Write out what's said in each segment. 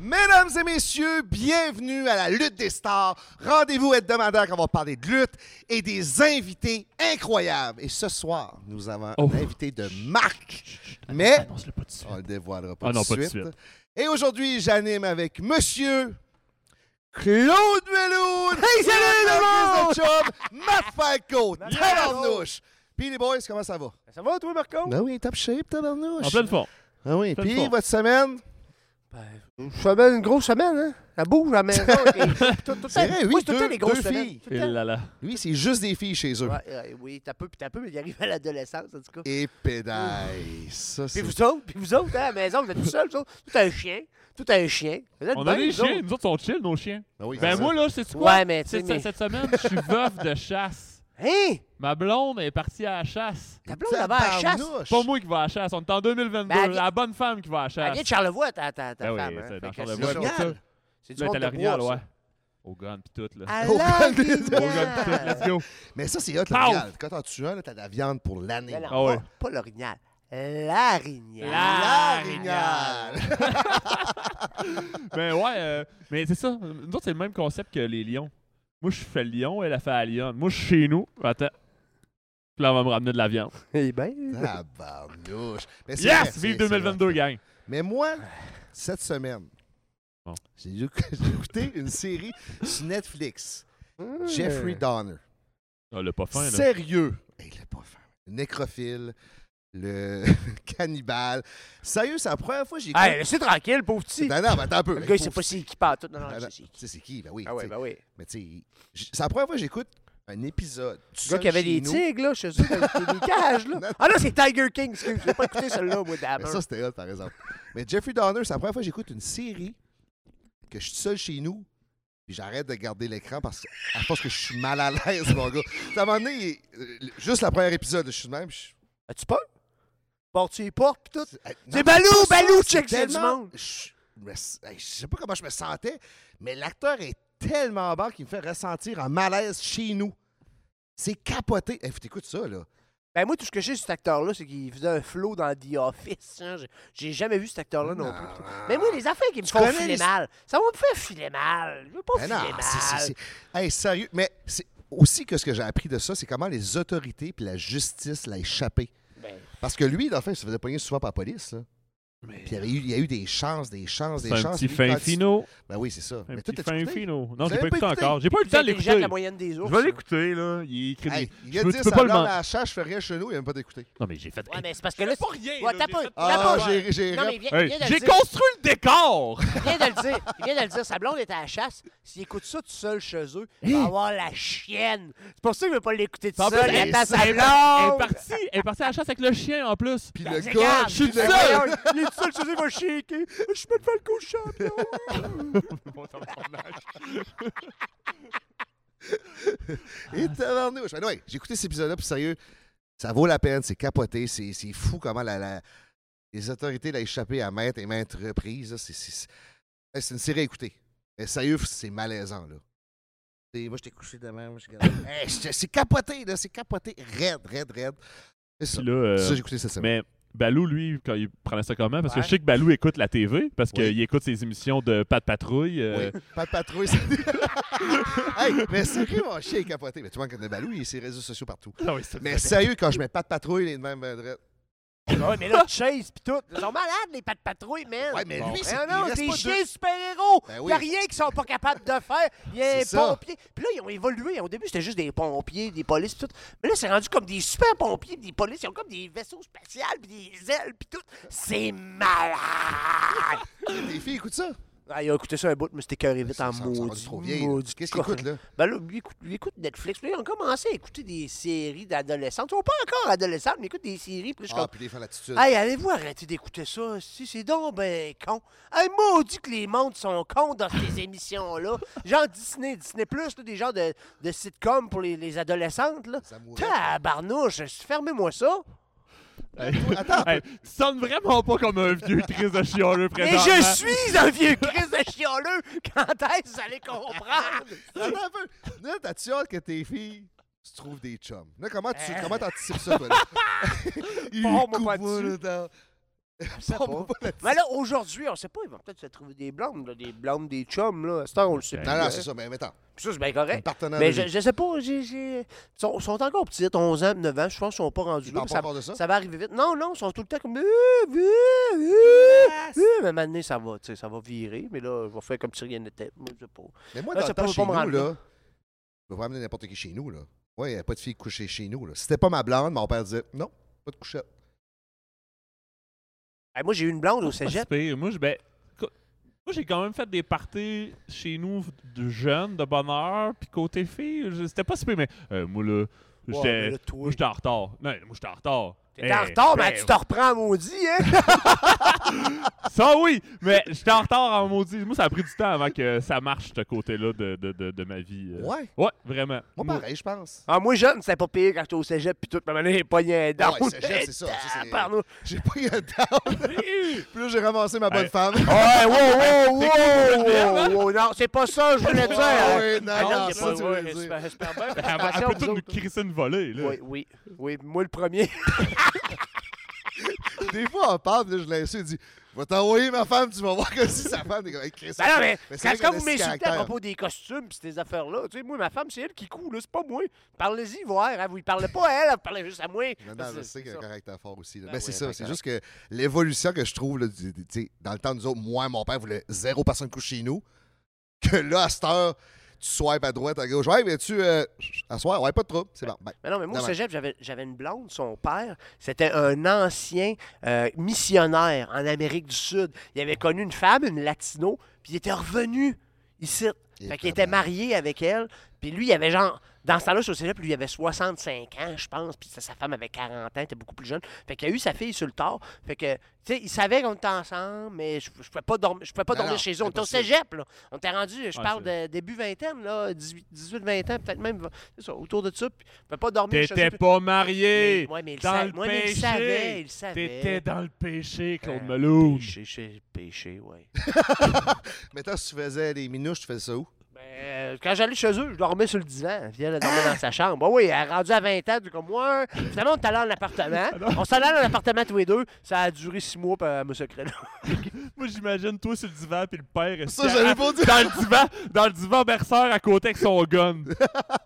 Mesdames et messieurs, bienvenue à la lutte des stars. Rendez-vous hebdomadaire quand on va parler de lutte et des invités incroyables. Et ce soir, nous avons Oh. un invité de marque, mais Annonce-le pas tout de suite. on Ah le dévoilera pas, Ah tout, non, de pas tout de suite. Et aujourd'hui, j'anime avec monsieur Claude Meloun. Hey, salut le monde! Chris de Chum, Matt Falco, Yes! Tabarnouche. Puis les boys, comment ça va? Ça va, toi, Marco? Ben oui, top shape, Tabarnouche. En pleine forme. Ah oui, pleine puis forme. votre semaine? Ben, une semaine, une grosse semaine, hein? La bouge, la maison. et- tout- tout- C'est vrai, oui, moi, c'est tout le temps deux- des grosses deux semaines, filles. tout Et euh, le temps. là là. Oui, c'est juste des filles chez eux. Ouais, ouais, oui, t'as peu, puis t'as peu, mais il arrive à l'adolescence, en tout cas. Et pédaille. Ça, Puis c'est... vous autres, puis vous autres, hein, à la maison, vous êtes tout seuls, vous autres. Tout un chien, tout un chien. Vous êtes On bien, a des vous chiens. autres. Nous autres, sont chill, nos chiens. Ah oui, Ben c'est moi, là, c'est Ouais, quoi? mais tu sais, C'est- mais... Cette semaine, je suis veuve de chasse. Hein? Ma blonde est partie à la chasse. Ta blonde, ça. là-bas, à la chasse. Tabarnouche. Pas moi qui vais à la chasse. On est en 2022. Ben, elle vient- la bonne femme qui va à la Elle chasse. vient de Charlevoix, ta, ta, ta Ben oui, femme. hein. c'est Fait dans que Charlevoix, c'est c'est génial. pour ça. C'est du Là, monde t'as de l'orignal, bois, ouais. ça. Au gun pis tout, là. À Au gun des Au gun pis tout, let's l'orignal. go. Mais ça, c'est hot, Paf! l'orignal. Quand t'en tues un, là, t'as de la viande pour l'année. Mais Ben non, Ah ouais. pas- Pas l'orignal. L'arignal. La- L'orignal! Ben ouais, euh, mais c'est ça. Nous autres, c'est le même concept que les lions. Moi, je fais le lion, elle a fait la lionne. Moi, je suis chez nous. Attends. Puis là, on va me ramener de la viande. Eh ben. La barnouche. Mais c'est vrai, Yes! c'est- Vive c'est 2022, vrai. gang! Mais moi, cette semaine, Bon. j'ai éc- j'ai écouté une série sur Netflix. Hmm. Jeffrey Donner. Ah, le pas fin, là. Sérieux. Hey, il est pas fin. Le Nécrophile. Le cannibale. Sérieux, c'est la première fois que j'ai écouté. Hey, laissez tranquille, pauvre petit. Non, non, mais attends un peu. Le gars, il Faut- sait pas si qui parle tout. Non, non, Ah, je ben, Tu sais c'est qui. sais, c'est qui? Ben oui. Ah tu ouais, sais. ben oui. Mais tu sais, j- c'est la première fois que j'écoute un épisode. Le gars qui avait des tigres, là, chez eux, dans des cages, là. Ah non, c'est Tiger King, excuse. J'ai pas écouté celle-là, moi, Mais d'abord. ça, c'était hot, par exemple. Mais Jeffrey Donner, c'est la première fois que j'écoute une série que je suis seul chez nous, puis j'arrête de regarder l'écran parce que, à force que je suis mal à l'aise, mon gars. Tu sais, À un moment donné, il- euh, le- juste la première épisode, je suis de même. puis je- As-tu peur? Portes-tu les portes, pis tout? Eh, non, C'est Balou, pas ça, Balou, c'est check, c'est du tellement- monde. Je me s- eh, je sais pas comment je me sentais, mais l'acteur est tellement bon qu'il me fait ressentir un malaise chez nous. C'est capoté. Eh, faut t'écoutes ça, là. Ben, moi, tout ce que j'ai sur cet acteur-là, c'est qu'il faisait un flow dans The Office. hein. J'ai- J'ai jamais vu cet acteur-là non, plus. Mais moi, les affaires qui me font connais filer les- mal, ça va me faire filer mal. Je veux pas Ben filer non, mal. c'est- c'est- c'est- Hey, sérieux, mais c'est aussi que ce que j'ai appris de ça, c'est comment les autorités puis la justice l'a échappé. Ben, Parce que lui, dans le fond, il se faisait pogner souvent par la police. là. Mais- Puis il, y avait eu, il y a eu des chances, des chances, des C'est un chances. petit Lui, fin quand tu- fino. Ben oui, c'est ça. Un mais petit toi, fin t'as-tu écouté? fino. Non, Vous j'ai pas avez écouté pas écouté? encore. J'ai pas eu le plus temps de intelligent que l'écouter. la moyenne des Je ours. vais ça. l'écouter, là. Il écrit des- Hey, il a Je peux- dit tu ça peux pas le blonde man- à la chasse, je fais rien chez nous, il a même pas d'écouter. Non, mais j'ai fait. Ouais, mais c'est parce que là. c'est- rien. Ouais, t'as pas. t'as Ah, pas- j'ai j'ai Non, mais viens, Hey, viens de le j'ai dire. construit le décor! Il vient de le dire. Il vient de le dire. Sa blonde est à la chasse. S'il écoute ça tout seul chez eux, il Hein? va avoir la chienne. C'est pour ça qu'il veut pas l'écouter tout En plus, seul. elle Il attend sa Elle est blonde. partie, elle est partie à la chasse avec le chien en plus. Puis le gars, ben, Regarde, je suis puis le seul. gars- Voyons, Il est tout seul chez eux, il va shaker. Je me fais le coup de champion. Et tabarnouche. Ben ouais, j'ai écouté cet épisode-là, puis sérieux, ça vaut la peine, c'est capoté, c'est c'est fou comment la, la- les autorités l'ont échappé à maintes et maintes reprises. là. C'est- C'est c'est- c'est une série à écouter. Mais sérieux, c'est malaisant, là. Et moi, j'étais couché de même, je regardais. Hey, j'étais- c'est capoté, là, c'est capoté. Raide, raide, raide. C'est ça. Puis là, euh, C'est ça, j'ai écouté cette semaine. mais Balou, lui, quand il prenait ça comment? Parce Ouais. que je sais que Balou écoute la TV, parce Oui. qu'il écoute ses émissions de Pat Patrouille. euh, Oui, pas de patrouille. c'est- hey, mais sérieux, mon chien est capoté. Mais tu vois, quand de Balou, il est ses réseaux sociaux partout. Ah oui, c'est- Mais sérieux, quand je mets pas de patrouille, il est de même. euh, droite. Ah Ouais, mais là, Chase pis tout. Ils sont malades, les pattes patrouilles, man. Ouais, mais Bon. lui, c'est. Ah il non, reste des pas deux- chiens super-héros! Ben Il oui. a rien qu'ils sont pas capables de faire. Il y a C'est des ça. pompiers. Puis là, ils ont évolué. Au début, c'était juste des pompiers, des polices, pis tout. Mais là, c'est rendu comme des super pompiers, des polices. Ils ont comme des vaisseaux spatials, pis des ailes, pis tout. C'est malade! Les filles écoutent ça. ah, il a écouté ça un bout, mais c'était cœur vite en Ils sont- sont rendus maudit. trop vieilles. là. maudit Qu'est-ce qu'ils con. écoutent, là? Ben là, lui, écoute, lui écoute Netflix. Puis là, ils ont commencé à écouter des séries d'adolescentes. Ils sont pas encore adolescentes, mais ils écoutent des séries. Puis là, je suis Ah, comme, puis les fans l'attitude. Hey, allez-vous arrêter d'écouter ça? Si c'est donc ben con. Hey, maudit que les mondes sont cons dans ces émissions-là. Genre Disney, Disney+, là, des genres de, de sitcoms pour les, les adolescentes, là. Ça mourrait. Tabarnouche, fermez-moi ça. Attends, Hey, tu sonnes vraiment pas comme un vieux triste de chialeux Et présentement. je suis un vieux Christ de chialeux. Quand est-ce que vous allez comprendre? attends un peu. Là, t'as-tu hâte que tes filles se trouvent des chums? Là, comment tu comment t'anticipes ça, toi, là? Il Bon, moi, pas couvre, dessus. là, dans- On sait Bon, pas. on va pas là-dessus. Mais là, aujourd'hui, on sait pas, ils vont peut-être se trouver des blondes, là, des blondes, des chums, là. À ce temps, on le sait Non, plus. Non, non, hein. c'est ça, mais mettons. Puis ça, c'est bien Un correct. partenaire Mais de je, vie. je sais pas, j'ai... j'ai- Ils sont, sont encore petits, 11 ans, 9 ans, je pense qu'ils sont pas rendus Tu là. parles puis pas ça, encore de ça? ça va arriver vite. Non, non, ils sont tout le temps comme... Euh, euh, euh, euh. Mais maintenant, ça va, tu sais, ça va virer, mais là, je vais faire comme si rien n'était. Moi, je sais pas. Mais moi, Là, dans ça le peut temps, pas chez me nous, rendre là, je peux pas amener n'importe qui chez nous, là. Ouais, il n'y avait pas de fille couchée chez nous, là. C'était pas ma blonde, mon père disait, non, pas de couchette. Hey, moi, j'ai eu une blonde au Pas si cégep. Ah, pire. Moi, je- ben, co- moi, j'ai quand même fait des parties chez nous de jeunes, de bonne heure, puis côté filles, je- c'était pas si pire, mais euh, moi, là, Ouais, j'étais mais là, toi, moi, j'étais en retard. Non, moi, j'étais en retard. T'es en Hey, retard, mais ben, tu te reprends, maudit, hein? Ça, oui, mais j'étais en retard en maudit. Moi, ça a pris du temps avant que ça marche, ce côté-là de, de, de, de ma vie. euh. Ouais. Ouais, vraiment. Moi, pareil, je pense. Ah, moi, jeune, c'était pas pire quand j'étais au cégep, puis tout, ma manière, j'ai pogné un dent. Ouais, cégep, c'est ça, ça, c'est- Pardon. J'ai pas eu le temps. Puis là, j'ai ramassé ma bonne Ouais. femme. Ouais, wow, wow, C'est cool, je wow, l'aime, wow, wow, hein? non, c'est pas ça que je voulais dire. Ah hein. oui, non, Ah non, c'est ça, pas- tu voulais ouais, dire. j'espère- j'espère bien. Elle, va- elle Attention, peut vous tout nous autres. crisser une volée, là. Oui, oui, oui, moi le premier. Des fois, on parle, puis là, je l'insulte, il dit « Va t'envoyer ma femme, tu vas voir que si sa femme est comme Hey, Chris, Ben non, mais, Mais c'est quand, vrai quand qu'on a vous ce m'insultez à caractère. propos des costumes pis ces affaires-là, tu sais, moi, ma femme, c'est elle qui coud, là, c'est pas moi. Parlez-y, voir, hein, vous ne parlez pas à elle, vous parlez juste à moi. Non, non, je Ben, C'est- sais qu'il y c'est a un ça. caractère fort aussi. là. Ben Mais c'est oui, ça, ben c'est correct. juste que l'évolution que je trouve, là, du- du- tu sais, dans le temps de nous autres, moi, mon père voulait zéro personne couche chez nous, que là, à cette heure, tu swipes à droite, à gauche. Ouais, viens-tu euh, à soir? Ouais, pas de trouble, c'est bon. Ben, Mais non, mais moi, au Non, mais- cégep, j'avais, j'avais une blonde, son père, c'était un ancien euh, missionnaire en Amérique du Sud. Il avait connu une femme, une latino, puis il était revenu ici. il Fait est qu'il était vraiment- marié avec elle, puis lui, il avait genre... Dans ce temps-là, sur le cégep, lui, il avait 65 ans, je pense, puis sa- sa femme avait 40 ans, était beaucoup plus jeune. Fait qu'il a eu sa fille sur le tard. Fait que, tu sais, il savait qu'on était ensemble, mais je je pouvais pas dormir, je pouvais pas Non, dormir non, chez eux. On était au impossible. cégep, là. On était rendu, je Ouais, parle de début vingtaine, là, 18-20 ans, peut-être même, c'est ça, autour de ça. Puis, je pouvais pas dormir chez T'étais eux. pas marié. Mais- ouais, mais il dans sa- le ouais, mais il péché. savait, il savait. T'étais dans le péché, Claude Euh, Meloun. Péché, chez- péché, ouais. Mais toi, si tu faisais des minouches, tu faisais ça où? Ben, euh, quand j'allais chez eux, je dormais sur le divan. Puis elle elle dormait dans sa chambre. Ben oui, elle est rendue à 20 ans, du comme moi. Finalement, on est allé en appartement. on s'en allait en appartement tous les deux. Ça a duré six mois, puis elle m'a secret là. Moi, j'imagine toi sur le divan, puis le père est Ça, j'avais pas dit. dans le divan, dans le divan berceur à côté avec son gun.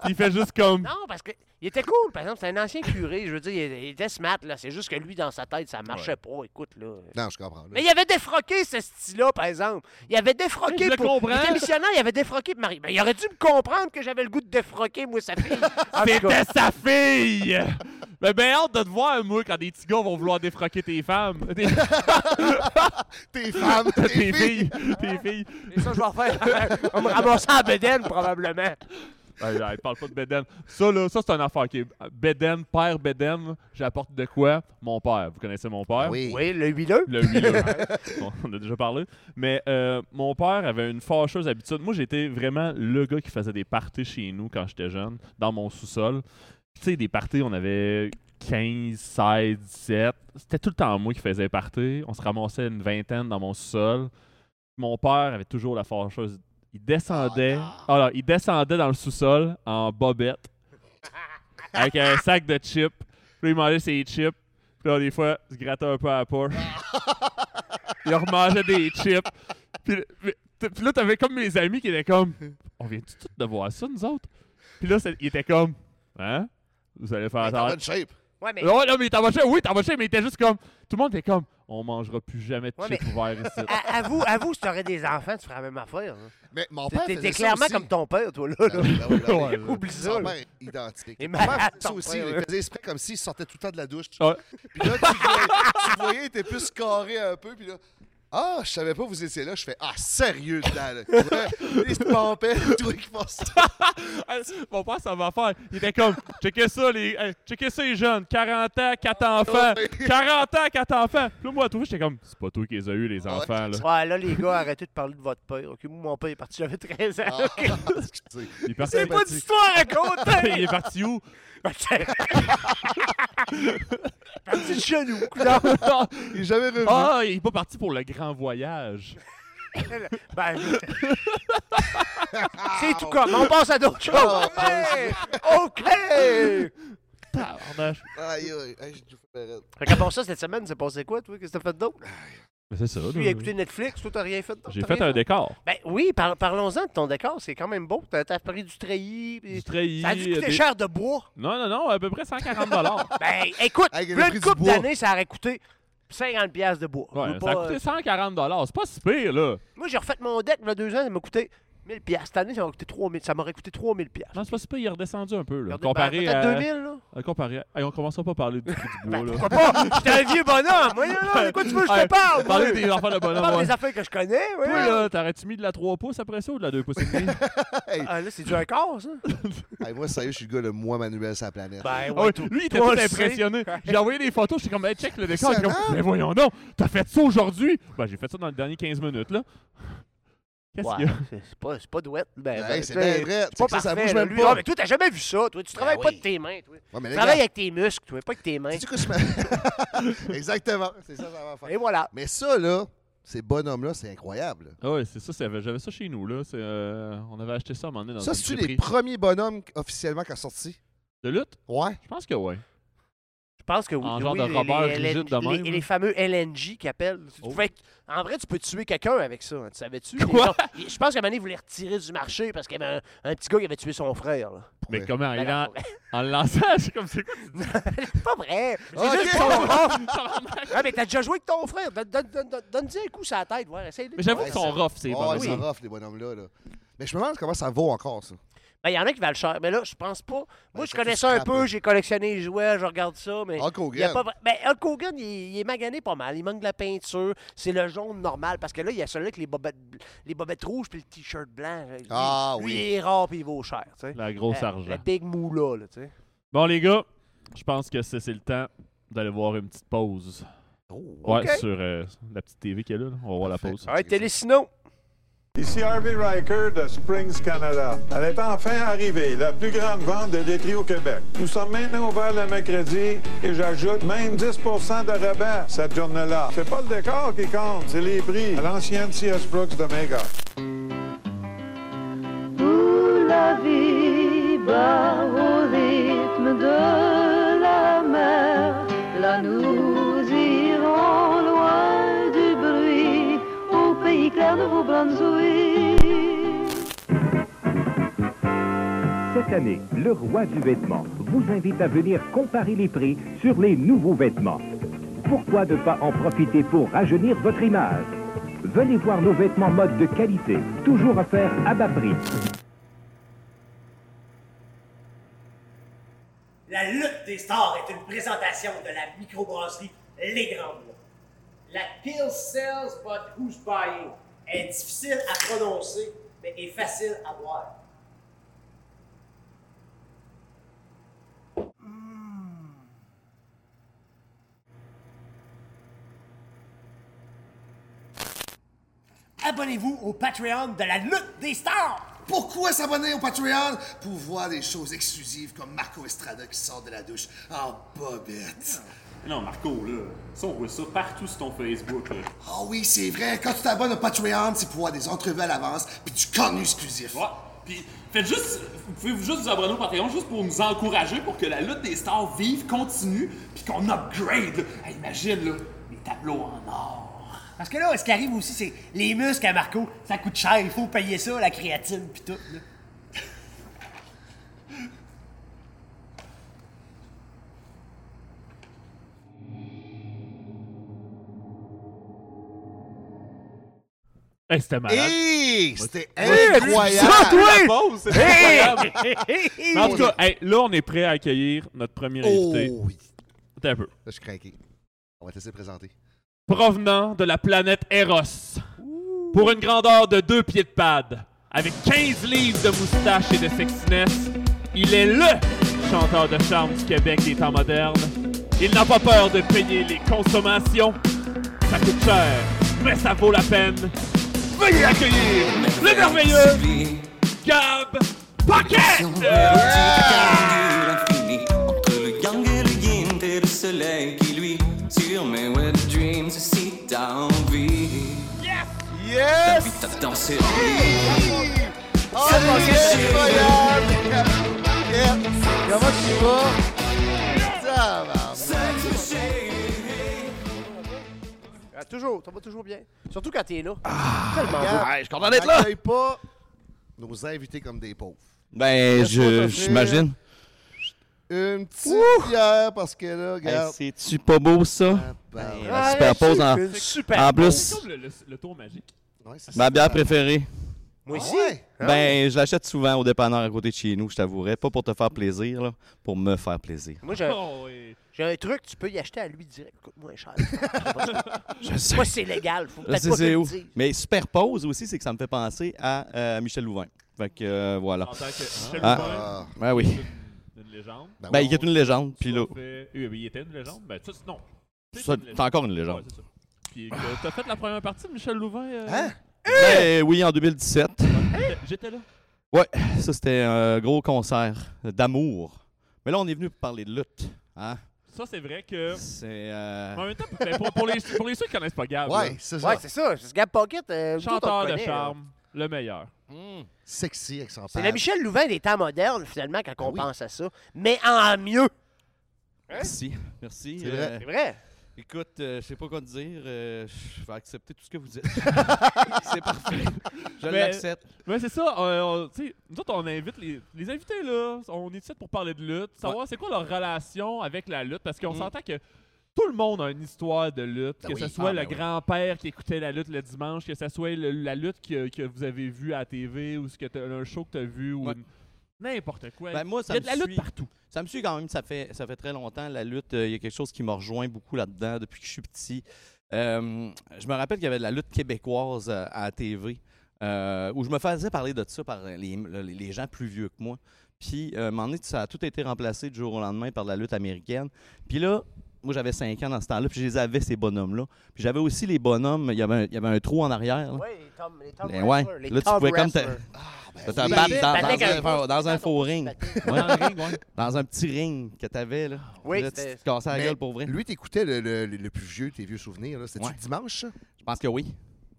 il fait juste comme. Non, parce que il était cool, par exemple. C'est un ancien curé. Je veux dire, il, il était smart, là. C'est juste que lui, dans sa tête, ça marchait pas. Écoute, là. euh, Non, je comprends. là. Mais il avait défroqué ce style-là, par exemple. Il avait Mais je défroqué le pour... comprends. Il était missionnaire, il avait défroqué pour Marie. Ben, il aurait dû me comprendre que j'avais le goût de défroquer, moi, sa fille. En tout cas, C'était sa fille! Mais ben hâte de te voir, moi, quand des petits gars vont vouloir défroquer tes femmes. Tes, Tes femmes, tes, tes filles. filles. Tes filles. Et ça, je vais refaire. On me ramassant à Beden, probablement. Ouais, ouais, parle pas de Beden. Ça, là, ça, c'est un affaire qui est. Beden, père Beden, j'apporte de quoi? Mon père. Vous connaissez mon père? Oui. Oui, le huileux. Le huileux. Bon, on a déjà parlé. Mais euh, mon père avait une fâcheuse habitude. Moi, j'étais vraiment le gars qui faisait des parties chez nous quand j'étais jeune, dans mon sous-sol. Tu sais, des parties, on avait 15, 16, 17. C'était tout le temps moi qui faisais les parties. On se ramassait une vingtaine dans mon sous-sol. Mon père avait toujours la fâcheuse. Il descendait. alors, il descendait dans le sous-sol en bobette avec un sac de chips. Puis il mangeait ses chips. Puis là, des fois, il se grattait un peu à la poche. il remangeait des chips. Puis, le- mais- t- puis là, t'avais comme mes amis qui étaient comme On vient-tu tous de voir ça, nous autres Puis là, c'est- il était comme Hein Vous allez faire Ah, T'es en attention. bonne shape. Ouais, mais Non, non, mais il t'embauchait, oui, t'embauchait, mais il était juste comme. Tout le monde était comme. On mangera plus jamais de Ouais, Ah, chips ouverts ici. à- avoue, avoue, si t'aurais des enfants, tu ferais la même affaire. hein. Mais mon père T'es- faisait T'es ça clairement aussi. comme ton père, toi, là. là. Ah oui, ah oui, ah oui. Ouais. Oublie ça, Son là. père est identique. Il est Mon père malade, faisait ça ton aussi, père, il là. faisait exprès comme s'il sortait tout le temps de la douche. Ouais. Puis là, tu voyais, tu voyais, il était plus carré un peu, puis là... Ah, je savais pas vous étiez là. Je fais Ah, sérieux, dedans, là. Ouais, Il se pompait, toi qui passe Hey, Mon père, ça va faire. Il était comme, checkez ça, les, hey, checkez ça, les jeunes. 40 ans, 4 enfants. Ouais. 40 ans, 4 enfants. Puis là, moi, à tout, j'étais comme, c'est pas toi qui les as eu, les Ouais. enfants. Là. Ouais, là, les gars, arrêtez de parler de votre père. OK, Moi, mon père est parti, j'avais 13 ans. Ah, excusez. Il est parti. C'est pas d'histoire à compter! il est parti où? parti de chez nous, coudonc. Ah, Il est jamais revenu. ah, il est pas parti pour le grand voyage. Ben, c'est tout comme. On passe à Ah, d'autres choses. on passe. OK! Tabarnache. Aïe, aïe, aïe, je- Barrette. Fait qu'à part ça, cette semaine, c'est passé quoi, toi? Qu'est-ce que t'as fait d'autre? Mais c'est ça. Tu là. as écouté Netflix, toi, t'as rien fait d'autre? J'ai t'as fait rien un décor. Ben oui, par- parlons-en de ton décor, c'est quand même beau. T'as as pris du treillis. puis- Du treillis, Ça a dû coûter des- cher de bois. Non, non, non, à peu près 140 dollars. Ben écoute, Avec le plus prix du une couple bois. d'années, ça aurait coûté 50 piastres de bois. Je veux Ouais, ça pas, a coûté 140 dollars. C'est pas si pire, là. euh, Moi, j'ai refait mon deck il y a deux ans, ça m'a coûté 1000 piastres. Cette année, ça m'a coûté 3000. Ça m'aurait coûté 3000 piastres. Non, c'est pas si pire. Il est redescendu un peu, là. Regardez, Comparé ben, à... peut-être 2000, là. à comparé à- Hey, on commencera pas à parler du prix du bois, Ben, là. pourquoi pas? J'étais un vieux bonhomme. Moi, là, là, de quoi tu veux que je te Hey, parle? moi? Parler des enfants de Je bonhomme, parle ouais. des affaires que je connais, oui. Toi, là, t'aurais-tu mis de la 3 pouces après ça ou de la 2 pouces et demi? Ah, là, c'est du un quart, ça? Hey, moi, sérieux, je suis le gars le moins manuel sur la planète. Ben Ah ouais, lui, il était toi, tout je sais. impressionné. J'ai envoyé des photos, j'étais comme, hey, check le décor. Il est comme, Impressionnant. mais voyons donc, t'as fait ça aujourd'hui? Ben, j'ai fait ça dans les dernières 15 minutes, là. Qu'est-ce Ouais, qu'il y a? c'est- c'est pas, c'est pas douette. Ben, Hey, ben, c'est tu bien sais, vrai. C'est pas Tu sais que ça, ça parfait, bouge là, même lui. pas. Ah, mais toi, t'as jamais vu ça, toi. Tu travailles Ben pas oui. de tes mains, toi. Ouais, mais Tu les travailles gars, avec tes muscles, toi, pas avec tes mains. sais-tu que je fais- Exactement. C'est ça, ça va faire. Et voilà. Mais ça, là, ces bonhommes-là, c'est incroyable. Ah ouais, c'est ça, c'est- j'avais ça chez nous, là. C'est, euh, on avait acheté ça à un moment donné dans Ça, une c'est-tu les friperie. premiers bonhommes officiellement qui ont sorti? De lutte? Ouais. Je pense que ouais. Je pense que oui. En genre oui, de les- Robert les, LN rigide de les- même, les là. fameux LNJ qui appellent. Tu Oh. pouvais- en vrai, tu peux tuer quelqu'un avec ça, hein, tu savais-tu? Quoi? Les gens- Je pense qu'à un moment donné, ils voulaient retirer du marché parce qu'il y avait un, un petit gars qui avait tué son frère. là. Mais Ouais. comment? Ben, il en, non, c'est en le lançant, je suis comme, c'est quoi? pas vrai. C'est Ok. juste ton rough. Ah, mais t'as déjà joué avec ton frère. Donne- donne- donne- donne- Donne-lui un coup sur la tête. voir, essaye-le. Mais j'avoue Ouais, qu'ils sont ça- rough, ces Oh, ils bonhommes. sont rough, les bonhommes-là. là. Mais je me demande comment ça vaut encore, ça. Ben, il y en a qui valent cher, mais là, je pense pas. Moi, je ça connais fait ça un scrap, là. peu, j'ai collectionné les jouets, je regarde ça, mais. Hulk il y Hogan. a pas vra- Ben, Hulk Hogan, il, il est magané pas mal. Il manque de la peinture. C'est le jaune normal. Parce que là, il y a celui-là avec les bobettes, les bobettes rouges puis le t-shirt blanc. Lui, Ah, lui, oui. il est rare puis il vaut cher. tu sais. La grosse Eh, Euh, argent. Le big moula, là, tu sais. Bon, les gars, je pense que c'est c'est le temps d'aller voir une petite pause. Oh. Ouais, Ok. sur euh, la petite TV qu'il y a là. là. On va voir la Parfait. pause. All right, Télésino. Ici Harvey Riker de Springs Canada. Elle est enfin arrivée, la plus grande vente de laiterie au Québec. Nous sommes maintenant ouverts le mercredi et j'ajoute même 10 de rabais cette journée-là. C'est pas le décor qui compte, c'est les prix. À l'ancienne C.S. Brooks de Mega. où la vie bat au rythme de la mer. Là nous irons loin du bruit, au pays clair de Nouveau-Brunswick. Cette année, le roi du vêtement vous invite à venir comparer les prix sur les nouveaux vêtements. Pourquoi ne pas en profiter pour rajeunir votre image Venez voir nos vêtements mode de qualité, toujours offerts à bas prix. La lutte des stars est une présentation de la microbrasserie Les Grandes Lois. La pill sells but who's buying est difficile à prononcer, mais est facile à boire. Abonnez-vous au Patreon de la lutte des stars! Pourquoi s'abonner au Patreon pour voir des choses exclusives comme Marco Estrada qui sort de la douche en bobette? Non, Marco, là, ça, on voit ça partout sur ton Facebook, là. Oh oui, c'est vrai, quand tu t'abonnes au Patreon, c'est pour voir des entrevues à l'avance puis du contenu exclusif. Ouais. Puis, faites juste, vous pouvez juste vous abonner au Patreon juste pour nous encourager, pour que la lutte des stars vive, continue, puis qu'on upgrade, là. Hey, imagine, là, les tableaux en or. Parce que là, ce qui arrive aussi, c'est les muscles à Marco, ça coûte cher, il faut payer ça, la créatine, pis tout. là. Hey, c'était malade. Hey, c'était Ça, incroyable! toi! La pause, c'est incroyable! Mais en tout cas, hey, là, on est prêt à accueillir notre premier Oh, invité. oui. Attends un peu. Là, je suis craqué. On va te laisser présenter. Provenant de la planète Eros. Pour une grandeur de deux pieds de pad, avec 15 livres de moustache et de sexiness, il est LE chanteur de charme du Québec des temps modernes. Il n'a pas peur de payer les consommations. Ça coûte cher, mais ça vaut la peine. Veuillez accueillir le merveilleux Gab Paquette! l'infini, Entre le yang et le yin, t'es le soleil qui lui Sur mes web dreams, si t'as envie Yes! Vite à danser en ligne Oh, c'est incroyable! Yes! Comment tu vas? Ça va, man. Sex machine Ah, toujours, ça va toujours bien. Surtout quand t'es là. Tellement Regarde, Ouais, je suis content d'être là. n'accueille pas nos invités comme des pauvres. Ben, Laisse-moi je- t'offrir. j'imagine. Une petite bière, parce que là, Hey, regarde. C'est-tu pas beau, ça? Ah, ben, Hey, ouais. la super pause en, Une super en C'est plus. comme le, le- le tour magique. Ouais, c'est Ma ça. Ah bière préférée. Moi aussi. Ouais. Ben, je l'achète souvent au dépanneur à côté de chez nous, je t'avouerais. Pas pour te faire plaisir, là, pour me faire plaisir. Moi, j'ai un, Oh, oui. j'ai un truc, tu peux y acheter à lui direct. Coûte moins cher. je sais pas si c'est légal. Faut Je peut-être sais pas c'est que où. tu le dises. Mais superpose aussi, c'est que ça me fait penser à euh, Michel Louvain. Fait que euh, voilà. En tant que Michel Ah. Louvain, Ah, Ben oui. c'est une, une légende. Ben, il est une légende, puis là, T'as fait- euh, il était une légende. Ben, tu- non. ça, c'est encore une légende. Ouais, c'est ça. Puis, euh, t'as fait la première partie de Michel Louvain. euh, Hein? Ben oui, en 2017. J'étais là. Ouais, ça c'était un gros concert d'amour. Mais là, on est venu pour parler de lutte. Hein? Ça, c'est vrai que. C'est. euh, En même temps, ben, pour, pour les, pour les ceux qui connaissent pas Gab, Ouais, là, c'est ça. Ah, ben, Ouais, c'est ça. C'est ce Gab Pocket. euh, nous autres, on chanteur le hein. de connaît, là. charme, le meilleur. Sexy avec son C'est père. la Michel Louvain des temps modernes, finalement, quand on Ah. oui. pense à ça. Mais en mieux. Merci. Merci. C'est vrai. Euh, C'est vrai. Écoute, euh, je sais pas quoi te dire. euh, je vais accepter tout ce que vous dites. c'est parfait. Je Mais- l'accepte. Ouais, c'est ça. euh, on- tu sais, nous autres, on invite les, les invités, là. On est ici pour parler de lutte, savoir c'est quoi leur relation avec la lutte, parce qu'on s'entend que tout le monde a une histoire de lutte, Ben que oui. ce soit Ah, le ben oui. grand-père qui écoutait la lutte le dimanche, que ce soit le- la lutte que, que vous avez vue à la TV ou ce que t'as- un show que tu as vu ou Ouais. une- n'importe quoi. Ben, moi, ça Il y a me de la lutte suit. partout. Ça me suit quand même, ça fait, ça fait très longtemps, la lutte. euh, Il y a quelque chose qui me rejoint beaucoup là-dedans depuis que je suis petit. Euh, je me rappelle qu'il y avait de la lutte québécoise euh, à la TV, euh, où je me faisais parler de ça par les, les gens plus vieux que moi. Puis, euh, à un moment donné, ça a tout été remplacé du jour au lendemain par de la lutte américaine. Puis là, moi, j'avais 5 ans dans ce temps-là, puis je les avais, ces bonhommes-là. Puis j'avais aussi les bonhommes, il y avait un, il y avait un trou en arrière. là. Oui, les Tom, les Tom Ben Wrestler, ouais, les là, tu Tom pouvais comme te- Wrestler. Ah, ben T'as- t'as oui. dans- Battait- dans- battait dans un- quelqu'un. dans un faux ring. Ouais. Dans le ring, ouais. Dans un petit ring que t'avais, là. Oui, Là, tu c'était- te cassais la Mais gueule pour vrai. Lui, t'écoutais le, le, le- le plus vieux, tes vieux souvenirs. là. C'était-tu Ouais. dimanche, ça? Je pense que oui.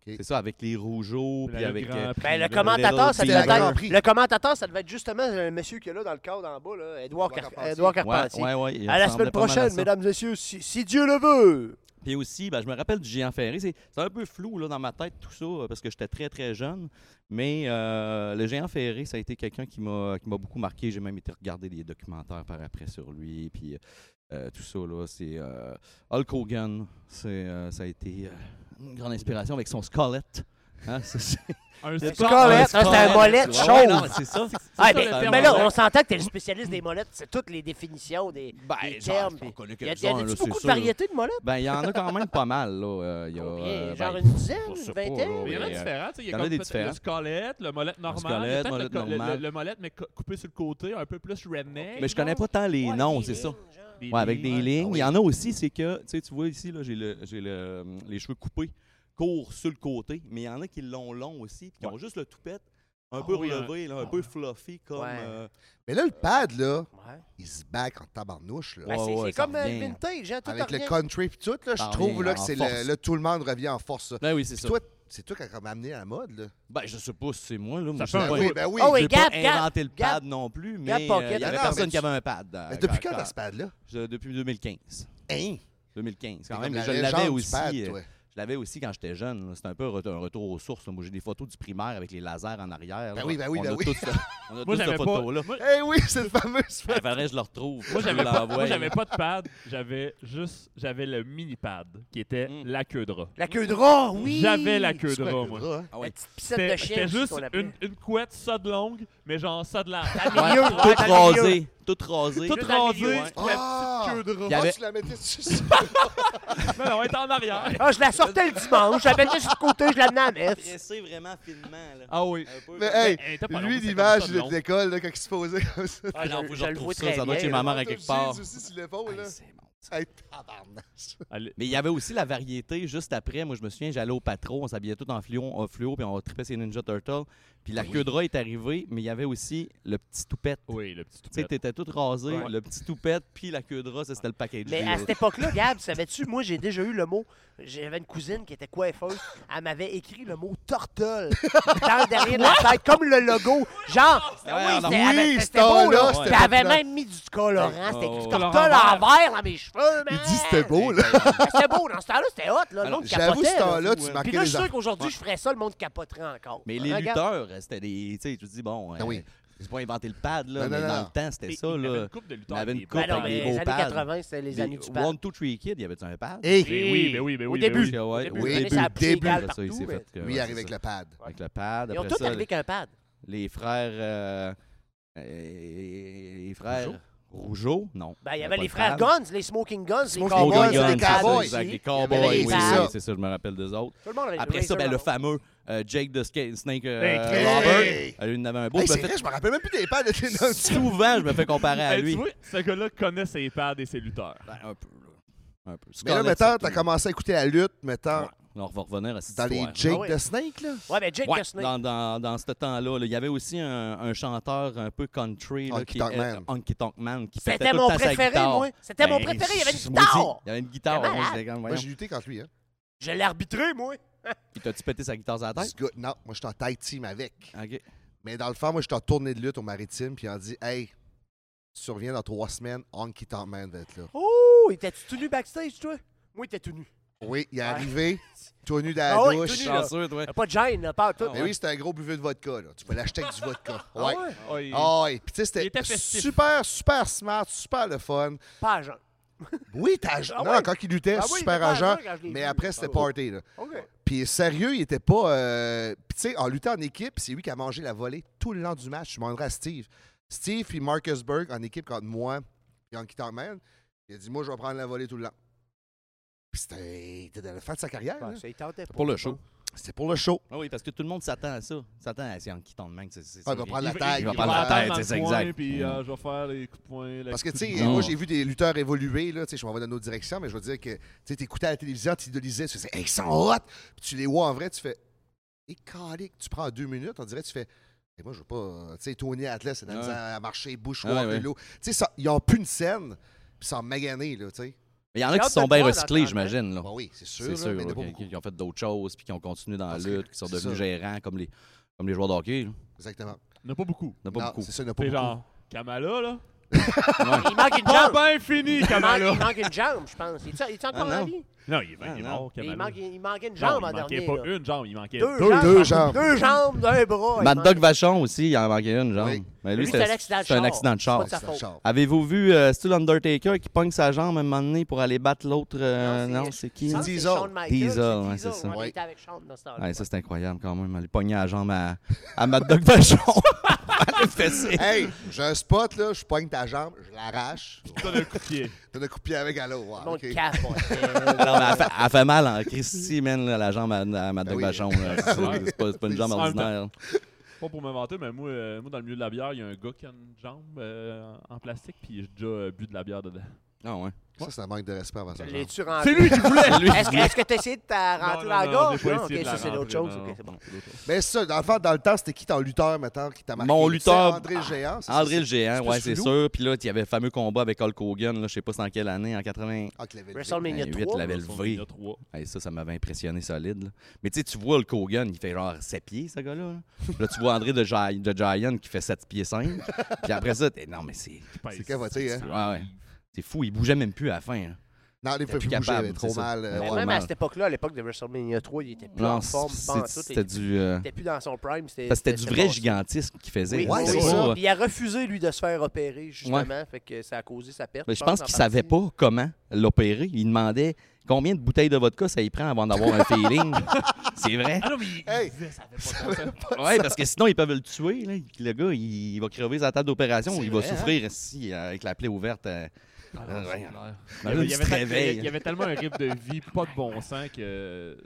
Ok. C'est ça, avec les rougeaux, La puis lutte avec. grand euh, prix, Ben, le là. commentateur, ça Little devait Beaver. être, le commentateur, ça devait être justement le monsieur qui est là dans le cadre en bas, là, Edouard, Car- Carpentier. Edouard ouais, Carpentier. ouais, ouais, il À la ressemblait semaine pas mal à prochaine, ça. mesdames et messieurs, si, si Dieu le veut. Puis aussi, ben, je me rappelle du géant ferré. C'est c'est un peu flou là, dans ma tête, tout ça, euh, parce que j'étais très, très jeune. Mais euh, le géant ferré, ça a été quelqu'un qui m'a qui m'a beaucoup marqué. J'ai même été regarder des documentaires par après sur lui. Puis euh, tout ça, là, c'est euh, Hulk Hogan. c'est, euh, ça a été euh, une grande inspiration avec son squelette. Hein, c'est- c'est- Un Le squelette. squelette, hein, c'était un squelette. mollet de Ouais, ouais, non, chauve. C'est ça. Ah, ben, C'est ça, le ben terme là, anglais. on s'entend que t'es le spécialiste des molettes, c'est toutes les définitions des, Ben, des genre, termes. je puis- connais Il y a, y quelques-uns, a-tu là, beaucoup c'est de sûr. variétés de molettes? Ben, il y en a quand même pas mal, là. Euh, il y a, Combien? euh, Genre ben, une dizaine, je sais une pas, là, vingtaine? Mais il y en a mais, euh, différents, tu sais, il y il y a en a comme des peut-être différents. le squelette, le mollet normal, squelette, il y a peut-être molette le, co- le- normal. le- le mollet mais co- coupé sur le côté, un peu plus redneck. Ah Mais je connais pas tant les Ouais, noms, des c'est ça. lignes, Ah genre. Des Ouais, avec des lignes. lignes. Il y en a aussi, c'est que, tu sais, tu vois ici, là, j'ai le, j'ai le, hum, les cheveux coupés, courts sur le côté, mais il y en a qui l'ont long aussi, puis qui ont juste le toupette un Ah peu oui, relevé, là, un peu fluffy, comme... hein. Ouais. euh, Mais là, le pad, là, Ouais. il se back en tabarnouche. Là. Ben, c'est- ouais, ouais, c'est ça comme euh, revient. vintage, hein, tout Avec le revient. country et tout, là, je Ça trouve revient là, que Ah en c'est force. le, là, tout le monde revient en force. là. Ben oui, c'est Puis ça. toi, c'est toi qui m'as amené à la mode. Là. Ben, je sais pas si c'est moi, là. Ça Moi, fait je un n'ai Ouais. Oui, ben oui. Oh, oui, j'ai pas Gab, Gab, inventé le Gab. pad non plus, mais Gab euh, il Pocket. y Non, avait non, personne mais qui avait un pad. euh, Mais depuis quand quand- t'as ce pad-là? je- Depuis 2015. Hein? 2015, quand T'es même. comme mais la je légende l'avais du aussi. pad, euh, toi. Je l'avais aussi quand j'étais jeune. là. C'était un peu un retour, un retour aux sources. là. Moi, j'ai des photos du primaire avec les lasers en arrière. là. Ben oui, ben oui, on ben a oui. Tous, on a Moi, tous cette j'avais pas- photo-là. moi, Eh oui, c'est le fameux Il pad. faudrait que je le retrouve. Moi, Je j'avais pas, l'envoie, moi, là. j'avais pas de pad, j'avais juste j'avais le mini pad qui était Mm. la queue de rat. La queue de rat, oui! J'avais la queue de Ouais, rat, le moi. bras, hein. Ah La ouais. petite C'était piscette de chien, c'était aussi, juste qu'on appelait. une, une couette, ça de longue, mais genre ça de la. Dans le milieu, Tout ouais, dans le milieu. rasé. Tout rasé. Toute Juste dans le rasée, milieu, hein. la petite queue de rat. Il y avait- Ah, tu la mettais dessus. ça. Non, non, elle était en arrière. Ah, je la sortais le dimanche, je la mettais sur le côté, je l'amenais à la messe. Dressé vraiment finement. Là. Ah oui. Un peu Mais euh, comme- hey, elle était pas longue, lui, c'était l'image comme ça de de long. l'école, là, quand il se posait comme ça. Ah, non, je- faut que je le retrouve vois ça, très Ça doit être bien, chez là. ma mère à quelque part. Jeans aussi sur l'épaule, là. Hey, c'est bon. Hey, tabarnache. Elle- Mais il y avait aussi la variété juste après. Moi, je me souviens, j'allais au patro, on s'habillait tout en fluo, en fluo puis on tripait ses Ninja Turtles. Puis la queue de rat est arrivée, mais il y avait aussi le petit toupette. Oui, le petit Tu sais, toupette. t'étais tout rasé, Ouais. le petit toupette, puis la queue de rat, ça, c'était le package. Mais deal. à cette époque-là, Gab, savais-tu, moi, j'ai déjà eu le mot. J'avais une cousine qui était coiffeuse. Elle m'avait écrit le mot turtle dans le derrière de la tête, comme le logo. Genre, ouais, alors- c'était- Oui, c'était ce beau, temps-là, là. c'était J'avais populaire. même mis du colorant. C'était Ouais, écrit ouais, turtle ouais. en vert dans mes cheveux, man! Il dit c'était beau, là. Ah, C'était beau, dans ce temps-là, c'était hot, là. Le monde J'avoue, capotait. ce là. temps-là, tu Puis marquais Puis les là, je suis sûr enfants. qu'aujourd'hui, je ferais ça, le monde capoterait encore. Hein, Mais les Regarde. lutteurs, euh, c'était des. Tu sais, je te dis, bon. Ah oui. Ils pas inventé le pad, là, Non, mais non, dans non. le temps, c'était Et ça. il y avait là. une coupe de Il y lutteurs avait une des coupe Ben non, avec mais des les beaux années pads. 80, c'était les Des- années du pad. One, Two, Three Kid, il y avait un pad? Et Ben oui, ben oui, ben Au oui. ben début. oui. Ouais, ouais, début, au mais début. ça a pris Après égal ça, il s'est partout, fait que- lui, ouais, il c'est arrive avec ça. le pad. Avec le pad. Ils ont Après tous ça, arrivé avec un pad. les frères. euh, euh, les frères. Rougeau? Non. Ben, il y euh, avait pas les le frères pad. Guns, les Smoking Guns, les Smoking Smoking Cowboys, Guns, Guns, les les Cowboys. c'est ça, Cowboys. aussi. Il y exact, Les avait Cowboys, les oui, Pats. oui, c'est ça, je me rappelle des autres. Tout le monde avait des Après ça, ben, Razor le Ramon. fameux euh, Jake the Ska- Snake euh, Ben, Hey, Clay. Hey. Robert. euh, Il en avait un beau. Hey, je me c'est fais- vrai, je me rappelle même plus des pads. j'étais dans le petit- Souvent, je me fais comparer à Hey, lui. Tu vois, ce gars-là connaît ses pads et ses lutteurs. Ben, un peu. là. Un Mais peu. là, Scarlett, mettons, surtout. t'as commencé à écouter la lutte, mettons, Ouais. On va revenir à cette dans les histoire. Jake Ah ouais. the Snake, là. Ouais, ben, Jake Ouais, Kessner. dans, dans, dans ce temps-là, là, il y avait aussi un, un chanteur un peu country, là, Honky qui Tonk est- Man. Honky Tonk Man, qui pétait C'était tout le mon temps sa préféré, guitare. moi. C'était mon Ben, préféré, il y avait une maudit, guitare. Il y avait une guitare. Moi, malade. j'étais comme, Moi, voyons, j'ai lutté contre lui. Hein. Je l'ai arbitré, moi. il t'a-tu pété sa guitare sur la tête? Ce gars- Non, moi, j'étais en tag team avec. OK. Mais dans le fond, moi, j'étais en tournée de lutte au maritime, puis on dit Hey, tu reviens dans trois semaines, Honky Tonk Man va être là. Oh, il était tout nu backstage, toi? Moi, il était tout nu. Oui, il est Ouais. arrivé, tout nu dans la Ah ouais, douche. tout nu, là. Chanceux, toi. Euh, Pas de gêne, là, pas tout. Ah Mais oui, c'était un gros buveux de vodka, là. Tu peux l'acheter avec du vodka. Ah Ouais. ouais? Oh, il- Ah ouais. Puis tu sais, Il c'était était festif. super, super smart, super le fun. Pas à jeun. Oui, t'as... Ah non, ouais. quand il luttait, Ah oui, il super était pas agent, agent quand je l'ai mais vu. après, c'était Ah ouais. party, là. OK. Puis sérieux, il était pas. euh, Puis tu sais, en luttant en équipe, c'est lui qui a mangé la volée tout le long du match. Je demanderai à Steve. Steve puis Marcus Burke en équipe contre moi et en guitar man. Il a dit Moi, je vais prendre la volée tout le long. Puis c'était c'était dans la fin de sa carrière. Ouais, là. ça, il tentait pas. Pour le show. C'était pour le show. Ah oui, parce que tout le monde s'attend à ça. S'attend à c'est Honky Tonk Man. c'est- c'est- Ah, il va c'est- prendre la va- tête. il va puis prendre la attendre. tête, dans le c'est coin, exact. Puis Mm. euh, je vais faire les coups de poing. la Parce que, tu coupe de sais, poing. Non. moi, j'ai vu des lutteurs évoluer, là, tu sais, je m'en vais dans notre direction, mais je veux dire que, tu sais, t'écoutais à la télévision, t'idolisais, tu faisais, hey, ils sont hot! Puis tu les vois en vrai, tu fais, et calique, tu prends deux minutes, on dirait, tu fais, et moi, je veux pas, euh, tu sais, Tony Atlas, c'est dans Ouais. à marcher, bouche, Ouais, ouais. vélo. Tu sais, ça- ils ont plus une scène, puis ça magané, là, tu sais. Mais il y en J'ai a qui hâte sont de le bien voir dans recyclés, 30 ans. j'imagine. là. Bah oui, c'est sûr, C'est là, sûr, mais il y en a ouais, pas qui, beaucoup. qui ont fait d'autres choses, puis qui ont continué dans la Parce que- lutte, qui sont c'est devenus ça. gérants comme les, comme les joueurs de hockey. là. Exactement. Il n'y en a pas beaucoup. Il n'y en a pas Non, beaucoup. C'est ça, il n'y en a pas C'est beaucoup. genre, Kamala, là. Il manque une Pas jambe. bien fini, Ah! Il manque, Kamala. il manque une jambe, je pense. Il est encore Ah, en non. vie? Non, il, est- il Ah, est non. mort, Mais Kamala. Il, manquait- il manquait une Non, jambe en il manquait dernier. pas là. une jambe, il manquait deux. Deux, Deux, jambes. deux jambes. Deux jambes d'un bras. il Mad manquait. Dog Vachon aussi, il en manquait une, genre. Oui. Mais Lui, lui, c'est c'était un accident de c'est char. un accident de char. C'est pas de sa C'est un faute. char. Avez-vous vu euh, c'est-tu l'Undertaker qui pogne sa jambe à un moment donné pour aller battre l'autre euh, Non, Non, c'est- c'est qui Ça, hein? c'est- Diesel. Shawn Michaels, Diesel, c'est ouais, Diesel. c'est ça. Ouais, il Ouais. était avec Shawn dans ce Ah, temps-là. Ouais, Ça, c'est incroyable quand même. Aller pogner la jambe à, à Mad Dog Vachon. à le fesser. Hey, j'ai un spot, là, je poigne ta jambe, je l'arrache, Donne un coup de pied. t'en as coupé avec à l'eau. Le ouais, monde ok. capotait. Non, mais elle, fait, elle fait mal en Christy, man, là, la jambe à, à Mad Ben Dog oui. Vachon. là. C'est c'est pas, c'est pas une jambe En même temps. ordinaire. Pas pour me vanter, mais moi, euh, moi, dans le milieu de la bière, il y a un gars qui a une jambe euh, en plastique, puis j'ai déjà euh, bu de la bière dedans. Ah ouais. Ça, c'est un manque de respect avant ça. L'es-tu rentré? C'est lui qui voulait! lui. Est-ce que- est-ce que tu essayé de t'a- Non, rentrer dans la non, gorge? non, j'ai pas Non, essayé ok, de la ça c'est d'autre rentrer, chose. non, Ok, non. c'est bon. Mais c'est ça, dans le fond, dans le temps, c'était qui ton lutteur, mettons, qui t'a marqué? Mon Tu sais, lutteur- André le Géant. c'est- André le c'est- Géant, c'est ouais, plus c'est flou. sûr. Puis là, il y avait le fameux combat avec Hulk Hogan, là, je sais pas c'est en quelle année, en 80. Ah, que l'avait levé. WrestleMania Ben, huit, 3. la belle Son V. Mania 3. Hey, ça, ça m'avait impressionné solide. là. Mais tu sais, tu vois Hulk Hogan, il fait genre 7 pieds, ce gars-là. là. Là, tu vois André de, Gi- de Giant qui fait 7 pieds 5. Puis après ça, t'es- non, mais c'est. C'est capoté, hein? Ouais, ouais. C'est fou, il bougeait même plus à la fin. hein. Non, il ne pouvait plus plus bouger, il capable, avait trop c'est ça. mal. euh, Ouais, Mais ouais. même à mal. cette époque-là, à l'époque de WrestleMania 3, il était plus Non, en forme, c'est- pas en tout. c'est- Il c'était du. euh, était plus dans son prime. parce que C'était du vrai bon. gigantisme qu'il faisait. Oui, là. Ouais, oui, C'était c'est oui. pas- euh, ça. Puis il a refusé, lui, de se faire opérer, justement. Fait que ça a causé sa perte. Mais je pense en qu'il savait partie. pas comment l'opérer. Il demandait combien de bouteilles de vodka ça y prend avant d'avoir un feeling. c'est vrai. Ah non, mais il Hey, disait, ça avait pas de sens. Oui, parce que sinon, ils peuvent le tuer. là. Le gars, il va crever sa table d'opération ou il va souffrir si, euh, avec la plaie ouverte. euh, euh, ouais. Il y avait- Imagine, il y tu avait te ta- réveilles. il y avait tellement un rythme de vie pas de bon sens que.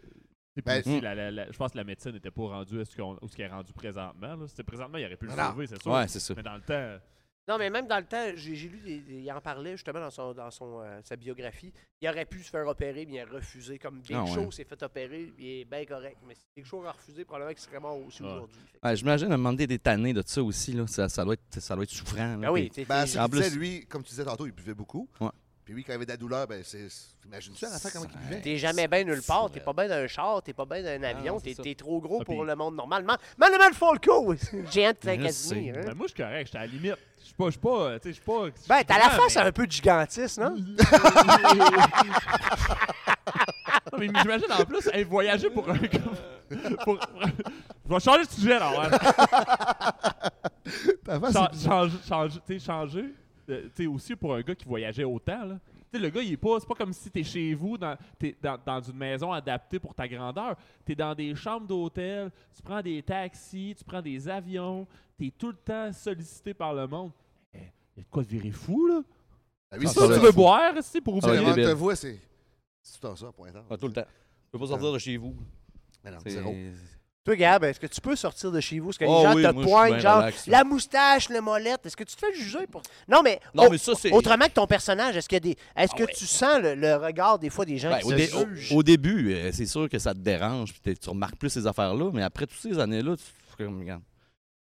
c'est Ben, plus si mm. la- la- la- je pense que la médecine n'était pas rendue à ce qu'on- où ce qu'elle est rendue présentement. là. C'était présentement, il aurait pu le Non. sauver, c'est sûr. Ouais, c'est ça. Mais dans le temps, Non, mais même dans le temps, j'ai j'ai lu, des- des- il en parlait justement dans, son, dans son, euh, sa biographie. Il aurait pu se faire opérer, mais il a refusé. Comme Big Ah ouais. Show s'est fait opérer, il est bien correct. Mais si Big Show aurait refusé, probablement qu'il serait mort aussi Ouais. aujourd'hui. Fait que- Ouais, J'imagine à un moment donné des tannés de ça aussi. Là. Ça, ça doit être, ça doit être souffrant. là. Ah oui, Puis- t'es- Ben, t'es- c'est en qu'il disait, plus- lui, comme tu disais tantôt, il buvait beaucoup. Ouais. Puis oui, quand il y avait de la douleur, ben c'est. Imagine-tu à la fin comment il vivait? T'es jamais bien nulle part, t'es vrai. pas bien d'un char, t'es pas bien d'un avion, non, Ah, c'est t'es ça. t'es trop gros Ah, pour puis- le monde normal. Man- Manuel Falco, géant de Je Saint-Casimir. sais. hein. Ben, moi, je suis correct, j'étais à la limite. Je suis pas, je suis pas, euh, tu sais, je suis pas. Ben, t'as la grand, face mais- un peu de gigantiste, non? Mm-hmm. Non, mais j'imagine en plus, hey, voyager pour un. pour- Je vais changer de sujet là. ouais. Ta face, Cha- c'est bizarre. change- change- t'sais, changer, euh, t'sais, aussi pour un gars qui voyageait autant, là. T'sais, le gars, il est pas, c'est pas comme si t'es chez vous, dans, t'es dans, dans une maison adaptée pour ta grandeur. T'es dans des chambres d'hôtel, tu prends des taxis, tu prends des avions, t'es tout le temps sollicité par le monde. Eh, y a de quoi de virer fou, là? Ah oui, Ça, c'est Ça, ça. tu veux boire, c'est pour Tu sais, Ah, oublier. il Quand est tu te belle. vois, c'est. C'est tout le temps ça, point d'or. Ah, tout le temps. Je peux pas sortir de chez vous. Mais non, C'est- zéro. Toi, Gab, est-ce que tu peux sortir de chez vous? Est-ce que Oh les gens oui, te moi, je suis pointent, bien genre, relax, là. la moustache, le molette? Est-ce que tu te fais juger pour. Non, mais. Non, au- mais ça, c'est. Autrement que ton personnage, est-ce que, des... est ce Ah que ouais. tu sens le, le regard des fois des gens Ben, qui au, se dé- jugent? au- au début, euh, c'est sûr que ça te dérange, puis t'es- tu remarques plus ces affaires-là, mais après toutes ces années-là, tu tu fais comme, regarde,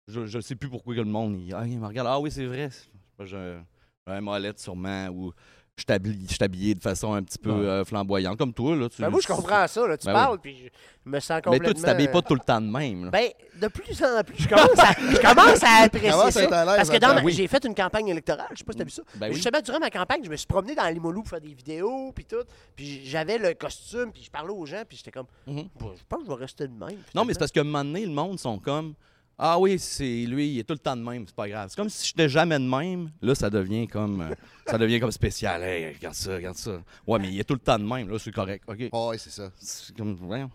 je, je sais plus pourquoi que le monde, il, ah, il me regarde, ah oui, c'est vrai, c'est- moi, j'ai un- j'ai un molette sûrement, ou je t'habille- je suis habillé de façon un petit peu Ouais. euh, flamboyante, comme toi, là. Tu, Ben, moi, je comprends ça. Là. Tu Ben oui. parles, puis je- je me sens Mais complètement... euh, toi, tu t'habilles pas tout le temps de même, là. Ben, de plus en plus, je commence à, je commence à apprécier Commence à ça. être à l'aise parce que là-dedans. dans ma- Oui. j'ai fait une campagne électorale, je sais pas si t'as vu ça. Ben Mais oui. Justement, durant ma campagne, je me suis promené dans les Moulous pour faire des vidéos, puis tout. Puis j'avais le costume, puis je parlais aux gens, puis j'étais comme, Mhm. Bah, je pense que je vais rester de même. Non, mais c'est parce qu'à un moment donné, le monde sont comme Ah oui, c'est lui, il est tout le temps de même, c'est pas grave. C'est comme si j'étais jamais de même. Là, ça devient comme euh, ça devient comme spécial. Hey, regarde ça, regarde ça. Ouais, mais il est tout le temps de même, là, c'est correct. OK. Ah, ouais, c'est ça. C'est comme voyons.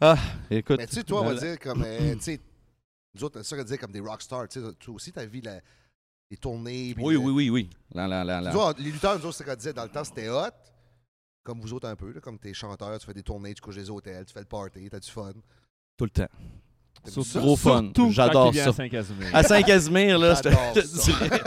Ah, écoute. Mais tu sais, toi, on va la- dire comme. euh, tu sais, nous autres, on est sûr de dire comme des rockstars. Tu sais, toi aussi, t'as vu la- les tournées. puis Oui, le- oui, oui, oui. La, la, la, la- Nous autres, les lutteurs, nous autres, c'est qu'on disait dans le temps, c'était hot. Comme vous autres un peu, là, comme t'es chanteur, tu fais des tournées, tu couches des hôtels, tu fais le party, t'as du fun. Tout le temps. T'as Surtout- vu ça? Gros fun. surtout quand J'adore il vient à ça. Saint-Casimir. À Saint-Casimir, là, je te, J'adore je te ça. dirais.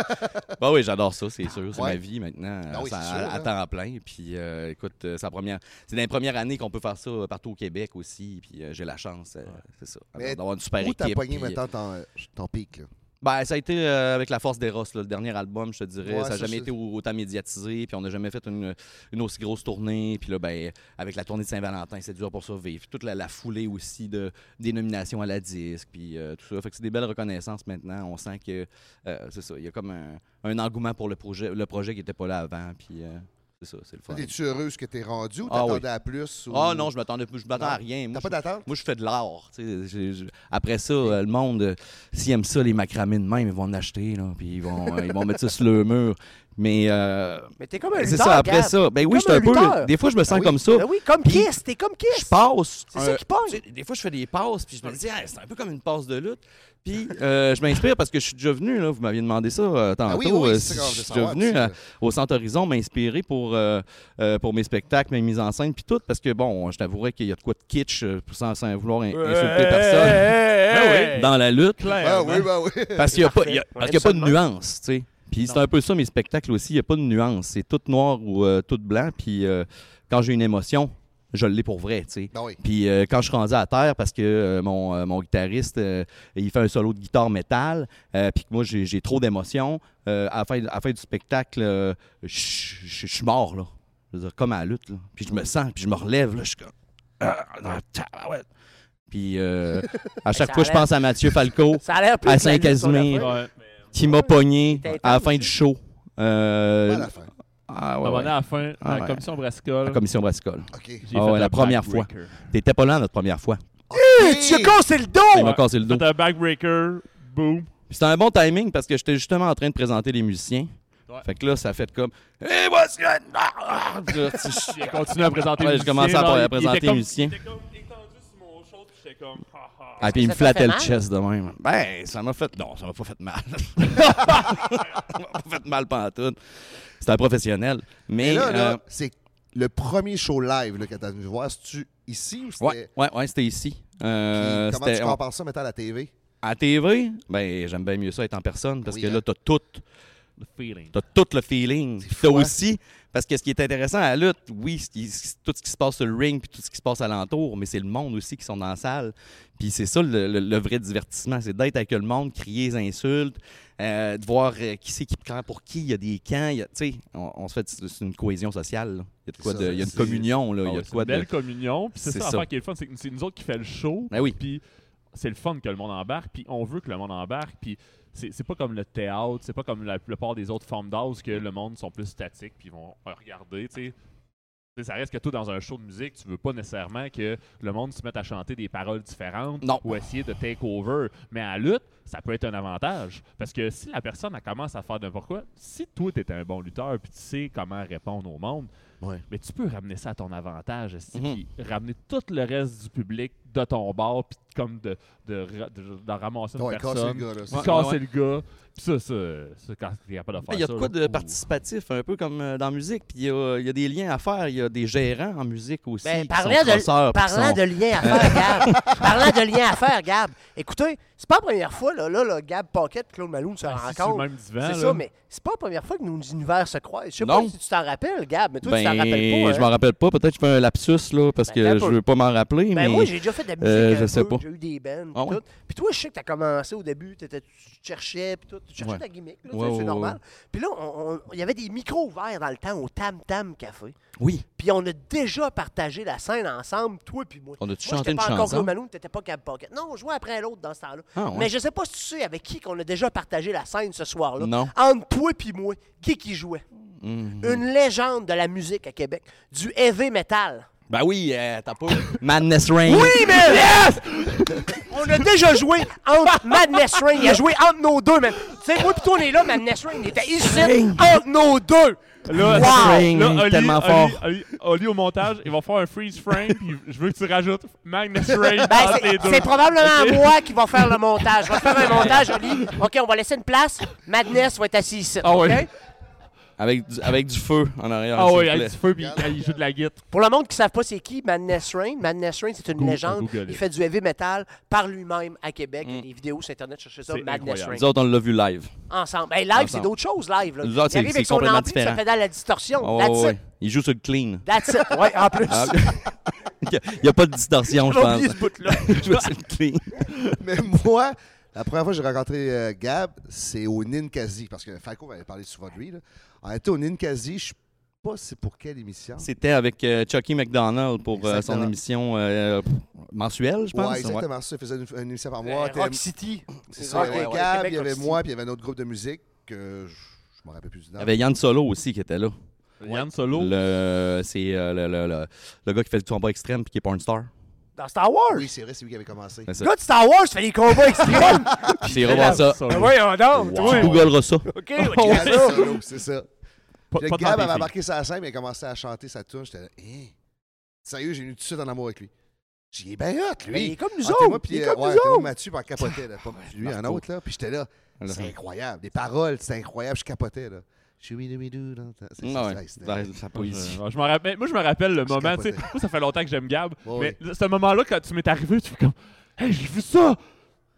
Ben oui, j'adore ça, c'est sûr. C'est Ouais. ma vie maintenant. Ah oui, Ça- c'est sûr, à, à hein. temps plein. Puis euh, écoute, euh, c'est la première. C'est dans les premières années qu'on peut faire ça euh, partout au Québec aussi. Puis euh, j'ai la chance, euh, c'est ça. Mais D'avoir une super Où équipe. t'as pogné puis, euh, maintenant ton, euh, ton pic, là? ben, ça a été euh, avec La Force des Rosses, là, le dernier album, je te dirais. Ouais, ça n'a ça, jamais c'est- été au- autant médiatisé, puis on n'a jamais fait une, une aussi grosse tournée. Puis là, ben, avec la tournée de Saint-Valentin, c'est dur pour survivre. Puis toute la, la foulée aussi de, des nominations à la disque, puis euh, tout ça. Fait que c'est des belles reconnaissances maintenant. On sent que, euh, c'est ça, il y a comme un, un engouement pour le projet, le projet qui n'était pas là avant. Puis euh, c'est ça, c'est le fun. T'es-tu heureux ce que t'es rendu ou Ah oui. t'attendais à plus? ou- Ah non, je m'attendais je m'attends à Non. rien. Moi, T'as pas d'attente? moi, je fais de l'art. tu sais, j'ai- j'ai- Après ça, euh, le monde, euh, s'ils aiment ça, les macramés de même, ils vont en acheter, là, puis ils vont, euh, ils vont mettre ça sur le mur. Mais euh, Mais t'es comme un c'est lutteur, ça, après Gab. ça. Ben oui, je suis Comme un un peu. lutteur. Des fois, je me sens oui. comme ça. Ben oui, comme Puis- Kiss, t'es comme Je Kiss. passe. C'est ça un- qui pogne. tu sais, Des fois, je fais des passes, puis je me dis, Ah, c'est un peu comme une passe de lutte. Puis euh, je m'inspire parce que je suis déjà venu, là, vous m'aviez demandé ça euh, tantôt. Ah oui, oui, euh, c'est si ça qu'on je veut suis déjà savoir, venu tu sais. à- au Centre Horizon m'inspirer pour, euh, euh, pour mes spectacles, mes mises en scène, puis tout, parce que bon, je t'avouerais qu'il y a de quoi de kitsch euh, sans, sans vouloir in- insulter personne Ben oui. dans la lutte. Ah oui, Clairement. ben oui. Parce qu'il n'y a, pas- Parfait. il y a- On parce aime qu'il y a pas ça de de même. nuance, tu sais. Puis c'est un peu ça, mes spectacles aussi. Il n'y a pas de nuance. C'est tout noir ou euh, tout blanc. Puis euh, quand j'ai une émotion, je l'ai pour vrai, tu sais. Ben oui. Puis euh, quand je suis rendu à terre, parce que euh, mon, euh, mon guitariste, euh, il fait un solo de guitare métal, euh, puis que moi, j'ai j'ai trop d'émotions, euh, à, la fin, à la fin du spectacle, euh, je je- je suis mort, là. Je veux dire, comme à la lutte, là. Puis je me sens, puis je me relève, là, je suis comme... Ah, ah, tabarouette. Puis euh, à chaque Ça fois, je enlève. pense à Mathieu Falco Ça a l'air plus À que la lutte qu'on a Saint-Casimir. fait. Ouais, mais qui m'a pogné C'était à la intense, fin du show. Euh, Pas à la fin. ah, on ouais, en ouais. est à la fin, Ah à la ouais. commission Brascol. La commission brassicole. OK. J'ai Ah fait ouais, la un première fois. backbreaker. T'étais pas là notre première fois. Ah. Hey, Tu as cassé le Il dos! m'a cassé le J'ai dos. fait un backbreaker, boom. Puis C'était un bon timing parce que j'étais justement en train de présenter les musiciens. Ouais. Fait que là, ça a fait comme. Hey, what's good? Ah, ah. Puis là, tu sais, J'ai continué à présenter Ouais, les j'ai commencé à musiciens, parler- à genre, il- présenter il était les comme- musiciens. il était comme étendu sur mon show, puis j'étais comme, ha, ha. Ah, puis il me Ça t'a fait flattait le mal? chest de même. Ben, ça m'a fait. Non, ça m'a pas fait mal. ça m'a pas fait mal pantoute. C'était un professionnel. Mais. Et là, là, euh, c'est le premier show live là, que t'as venu voir. C'est-tu ici ou c'était. ouais, ouais, ouais, c'était ici. Puis Euh, comment c'était- tu on- compares ça maintenant à la TV? À TV, ben, j'aime bien mieux ça être en personne parce Oui, que hein. là, t'as tout. The feeling. T'as tout le feeling. Puis T'as froid. aussi Parce que ce qui est intéressant à la lutte, oui, ce qui- ce- tout ce qui se passe sur le ring puis tout ce qui se passe alentour, mais c'est le monde aussi qui sont dans la salle. Puis c'est ça le, le- le vrai divertissement, c'est d'être avec le monde, crier les insultes, euh, de voir euh, qui c'est qui prend pour qui, il y a des camps, il y a- tu sais, on, on se fait, c'est une cohésion sociale. là. Il y a de quoi Ça, de- il y a une c'est- communion, là, Ah il y a ouais, de c'est une quoi de- belle communion. Puis c'est C'est ça, ça. l'affaire qui est le fun, c'est que c'est nous autres qui fait le show. Ben oui. Puis c'est le fun que le monde embarque, puis on veut que le monde embarque, puis c'est c'est pas comme le théâtre, c'est pas comme la plupart des autres formes d'art où ce que le monde sont plus statiques, puis ils vont regarder, tu sais. Tu sais, Ça reste que toi, dans un show de musique, tu veux pas nécessairement que le monde se mette à chanter des paroles différentes Non. ou essayer de take over. Mais à la lutte, ça peut être un avantage. Parce que si la personne elle commence à faire n'importe quoi, si toi, t'es un bon lutteur puis tu sais comment répondre au monde, mais tu peux ramener ça à ton avantage, esti, Mhm. puis ramener tout le reste du public de ton bar, puis comme de, de, ra- de- de ramasser une Ouais, casser personne, le gars, là, c'est puis ça. casser Ouais, le gars, puis ça, ça, ça, quand t'es capable de faire Il y a ça, de quoi là, de ouh. participatif, un peu comme euh, dans la musique. Puis il y a, il y a des liens à faire. Il y a des gérants en musique aussi. Ben, qui parlant sont de, crosseurs, puis qui parlant sont- de liens à faire, Gab. parlant de liens à faire, Gab. Écoutez, c'est pas la première fois, là, là, là, Gab Pocket, Claude Maloune se Assis sur Ah, le renconent. même divan, C'est là. ça, mais c'est pas la première fois que nos univers se croisent. Je sais Non. pas si tu t'en rappelles, Gab, mais toi, Ben, tu t'en rappelles pas. hein. je m'en rappelle pas. Peut-être que je fais un lapsus, là, parce Ben, que t'as je pas- veux pas m'en rappeler. Ben mais moi, j'ai déjà fait de la musique. euh, un je sais peu, pas. J'ai eu des bands. Ah pis ouais? tout. Puis toi, je sais que t'as commencé au début. t'étais- tu cherchais, puis tout. Tu cherchais Ouais. ta gimmick, là, tu Ouais, sais, ouais, c'est ouais, normal. Puis là, on- on- il y avait des micros ouverts dans le temps au Tam Tam Café. Oui. Puis on a déjà partagé la scène ensemble, toi puis moi. On a-tu Moi, j'étais chanté une pas encore chanson? Claude Malou, t'étais pas Gab Pocket. Non, on jouait après l'autre dans ce temps-là. Ah ouais. Mais je sais pas si tu sais avec qui qu'on a déjà partagé la scène ce soir-là. Non. Mhm. Entre toi puis moi, qui qui jouait? Une légende de la musique à Québec, du heavy metal. Ben oui, euh, t'as pas. Madness Rain. Oui, mais... On a déjà joué entre Madness Rain. Il a joué entre nos deux, man. Tu sais, moi pis toi, on est là, Madness Rain. Il était ici, entre nos deux. Là, Wow! Ring, là, Oli, tellement Oli- fort. Oli- Oli, au montage, ils vont faire un freeze frame, puis je veux que tu rajoutes Magnus Ray Ben, entre les c'est- deux. c'est probablement moi qui va faire le montage. Je vais faire un montage, Oli. OK, on va laisser une place. Madness va être assis ici. Ah oui. OK? Avec du, avec du feu en arrière. Ah s'il oui, vous avec plaît. du feu, puis il joue de la guitare. Pour le monde qui ne savent pas c'est qui, Madness Rain, Madness Rain, c'est une Google- légende. Google it. Il fait du heavy metal par lui-même à Québec. Il y a des vidéos sur Internet, cherchez ça, C'est Madness incroyable. Nous Rain. autres, on l'a vu live. Ensemble. Ben, live, c'est Ensemble. d'autres choses, live. Là. Nous Il autres, c'est- arrive c'est avec son complètement ampli, ça différent. pédale la distorsion. Oh, That's ouais, it. ouais. Il joue sur le clean. That's it. Ouais, en plus. Ah, Il n'y a pas de distorsion, je J'ai oublié pense. ce bout-là. Il joue sur le clean. Mais moi, la première fois que j'ai rencontré euh, Gab, c'est au Ninkasi, parce que Falco avait parlé souvent de lui. Là. On était au Ninkasi, je sais pas c'est pour quelle émission. C'était avec euh, Chucky McDonald pour euh, son Exactement. émission euh, mensuelle, je pense. ouais, Ouais. exactement ça. Il faisait une, une émission par mois. Euh, T'es- Rock City. c'est c'est ça, il y avait Rock- ouais, Gab, Québec, il y avait Rock moi, puis il y avait un autre groupe de musique que je, je me rappelle plus du Il nom. y avait Yann Solo aussi qui était là. Yann Oh. Solo. Le- C'est euh, le, le- le- le gars qui fait du combat extrême puis qui est porn star. Dans Star Wars. Oui, c'est vrai, c'est lui qui avait commencé. C'est ça. Le gars de Star Wars fait des combats extrêmes. C'est vraiment ça. Solo. Ah ben voyons donc. Tu toi. googleras ça. OK, Il y ouais, avait ça. Solo, c'est ça. Puis Pas- pas le de Gab temps avait des embarqué sa scène, mais il a commencé à chanter sa tune. J'étais là, hein. Sérieux, j'ai eu tout de suite en amour avec lui. J'ai dit, ben hot, Mais il est lui. comme nous Ah, t'es moi, autres. puis, Il est euh, comme ouais, nous t'es moi, autres. Ah Mathieu, puis on capotait. Là. Pas lui, un Marco. autre, là. Puis j'étais là, Alors, hein. c'est incroyable. Des paroles, c'est incroyable. Je capotais, là. Chouidoumidou, là. C'est- Ah c'est- Ah Ouais, c'est- ouais, c'était- sa Je, poésie. je m'en rappelle, moi, je me rappelle le Je moment. tu sais, capotais. moi, ça fait longtemps que j'aime Gab. Ouais, mais ce moment-là, quand tu m'es arrivé, tu fais comme Hey, j'ai vu ça!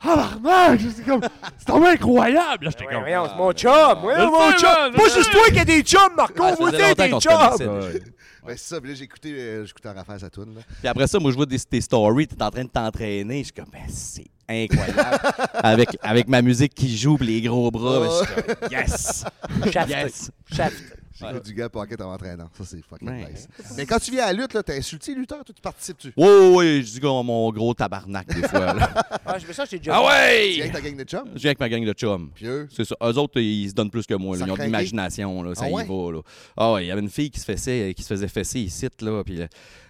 Ah, l'arnaque! C'est comme. C'est tellement incroyable! Là, j'étais Ouais, comme. voyons, c'est mon chum. Je Voyons, mon sais, man, chum. je Pas sais. juste toi qui as des chums, Marco. Ah, ça Vous faisait êtes longtemps des qu'on se chums. connaissait. Ouais. Ben, c'est ça. Puis là, j'ai écouté, euh, j'écoutais en rafale sa tune, là. Puis après ça, moi, je vois des, tes stories, t'es en train de t'entraîner. Je suis comme, ben, c'est incroyable. avec, avec ma musique qui joue, puis les gros bras, ben, je suis comme, yes! Shafté. Yes! Shafté. J'ai Ouais. écouté du gars Pocket en m'entraînant. Ça, c'est fucking Ouais. nice. Mais quand tu viens à la lutte, là, t'as insulté Luther, toi, tu participes-tu? Oui, oui, oui, je dis comme mon gros tabarnak des fois. là. Ah, je me sens que j'ai déjà ah Tu viens ouais! avec ta gang de chums? Je viens avec ma gang de chums. Puis eux, C'est ça. Eux autres, ils se donnent plus que moi. là. Ça Ils ont de craquait? l'imagination. là. Ça Ah y ouais? va. là. Ah ouais, il y avait une fille qui se, fessait, qui se faisait fesser ici. Là, puis là,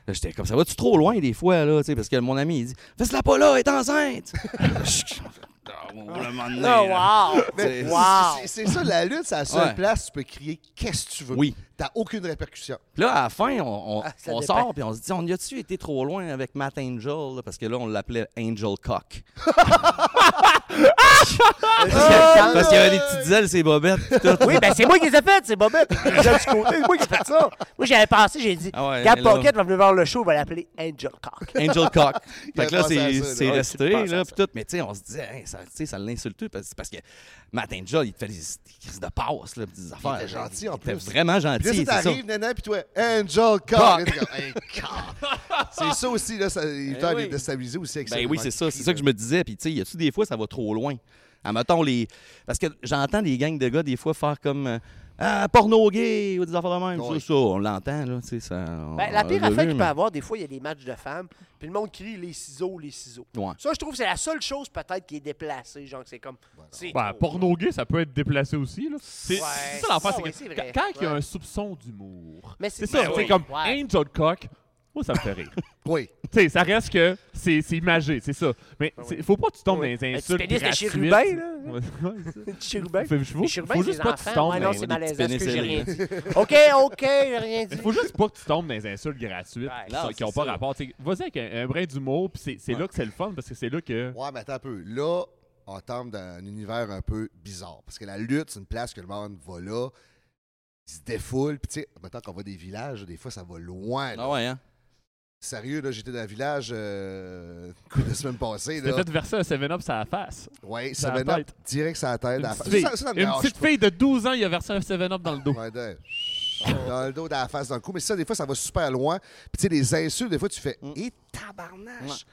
là, j'étais comme ça. Va-tu trop loin des fois? Là, tu sais, parce que mon ami, il dit Fais-la pas là, elle est enceinte! Ah, on va le mener, Non, là. wow! Mais wow! c'est- C'est c'est ça, la lutte, c'est la seule Ouais. place où tu peux crier qu'est-ce que tu veux. Oui. Bah, T'as aucune répercussion. Puis là, à la fin, on, on- Ah, ça on dépend. sort puis on se dit, on y a-tu été trop loin avec Matt Angel? là? Parce que là, on l'appelait Angel Cock. Ah! Parce qu'il y avait des petites ailes, ces bobettes. pis tout. Oui, ben c'est moi qui les ai faites, c'est Bobette. Je les ai du côté, c'est moi qui ai fait ça. Moi, j'avais pensé, j'ai dit, Ah ouais, Gab mais là- Pocket va venir voir le show, il va l'appeler Angel Cock. Angel Cock. Il a fait que là, pensé à c'est ça, là. c'est Ouais, tu resté, penses à là, ça. puis tout. Mais tu sais, on se disait, Hey, ça, tu sais, ça l'insulte parce, parce que Matt Angel, il te fait des, des crises de passe, là, pis des affaires. était gentil, en Il était plus. vraiment gentil, Puis là, c'est si ça. Bah. t'arrives, nana, puis toi, Angel Cock. Là, t'es comme, Hey, Cock. C'est ça aussi, là, ça, il Eh est temps oui. de déstabiliser aussi avec Ben oui, c'est ça. C'est ça que je me disais. Puis, tu sais, y a-tu des fois, ça va trop loin? Ah, mettons, les. Parce que j'entends des gangs de gars, des fois, faire comme. euh, Ah, porno gay ou des affaires de même. Ouais. Ça, ça, on l'entend, là. Tu sais, ça. on- Ben, la on pire l'a affaire Ah, qu'il vu, peut mais- avoir, des fois, il y a des matchs de femmes, puis le monde crie les ciseaux, les ciseaux. Ouais. Ça, je trouve que c'est la seule chose peut-être qui est déplacée. Genre, que c'est comme. c'est Ben, trop, porno gay, ça peut être déplacé aussi. là. C'est Ouais. c'est ça l'affaire, Ah c'est ouais, que c'est quand vrai. quand il y a Ouais. un soupçon d'humour, Mais c'est c'est- ça, Ben c'est oui. comme Ouais. Angel Cock, moi ça me fait rire. Oui. Tu sais, ça reste que c'est c'est imagé, c'est ça. Mais c'est- faut pas que tu tombes Ouais. dans les Un petit insultes pénis de gratuites. chérubin, là. Ouais, ouais, c'est ça. là. Chérubin. Faut- faut- Les chérubins, faut c'est juste les pas que tu enfants. tombes Ouais, dans non, les- c'est des petits malaisant. Est-ce que j'ai pénis rien ailés, dit? OK, OK, j'ai rien dit. Faut juste pas que tu tombes dans les insultes gratuites Ouais, qui non, sont- qui n'ont c'est pas ça. rapport. Tu sais, Vas-y avec un, un brin d'humour, puis c'est- c'est là que c'est le fun, parce que c'est là que... Ouais, mais attends un peu. Là, on tombe dans un univers un peu bizarre. Parce que la lutte, c'est une place que le monde va là, il se défoule. Puis, tu sais, maintenant qu'on va des villages, des fois, ça va loin. là. Ah, ouais, hein? Sérieux, là, j'étais dans un village euh, la semaine passée. T'as Là. peut-être versé un 7-Up sur la face. Ouais, ça la venait tête. direct sur la tête. Une dans la petite face. fille, Ça- ça, ça me une dérange petite pas. fille de 12 ans, il a versé un 7-Up dans le dos. Ouais, de- Dans le dos, dans la face, dans le cou. Mais ça, des fois, ça va super loin. Puis, tu sais, les insultes, des fois, tu fais Mm. « Et Ouais. tabarnache!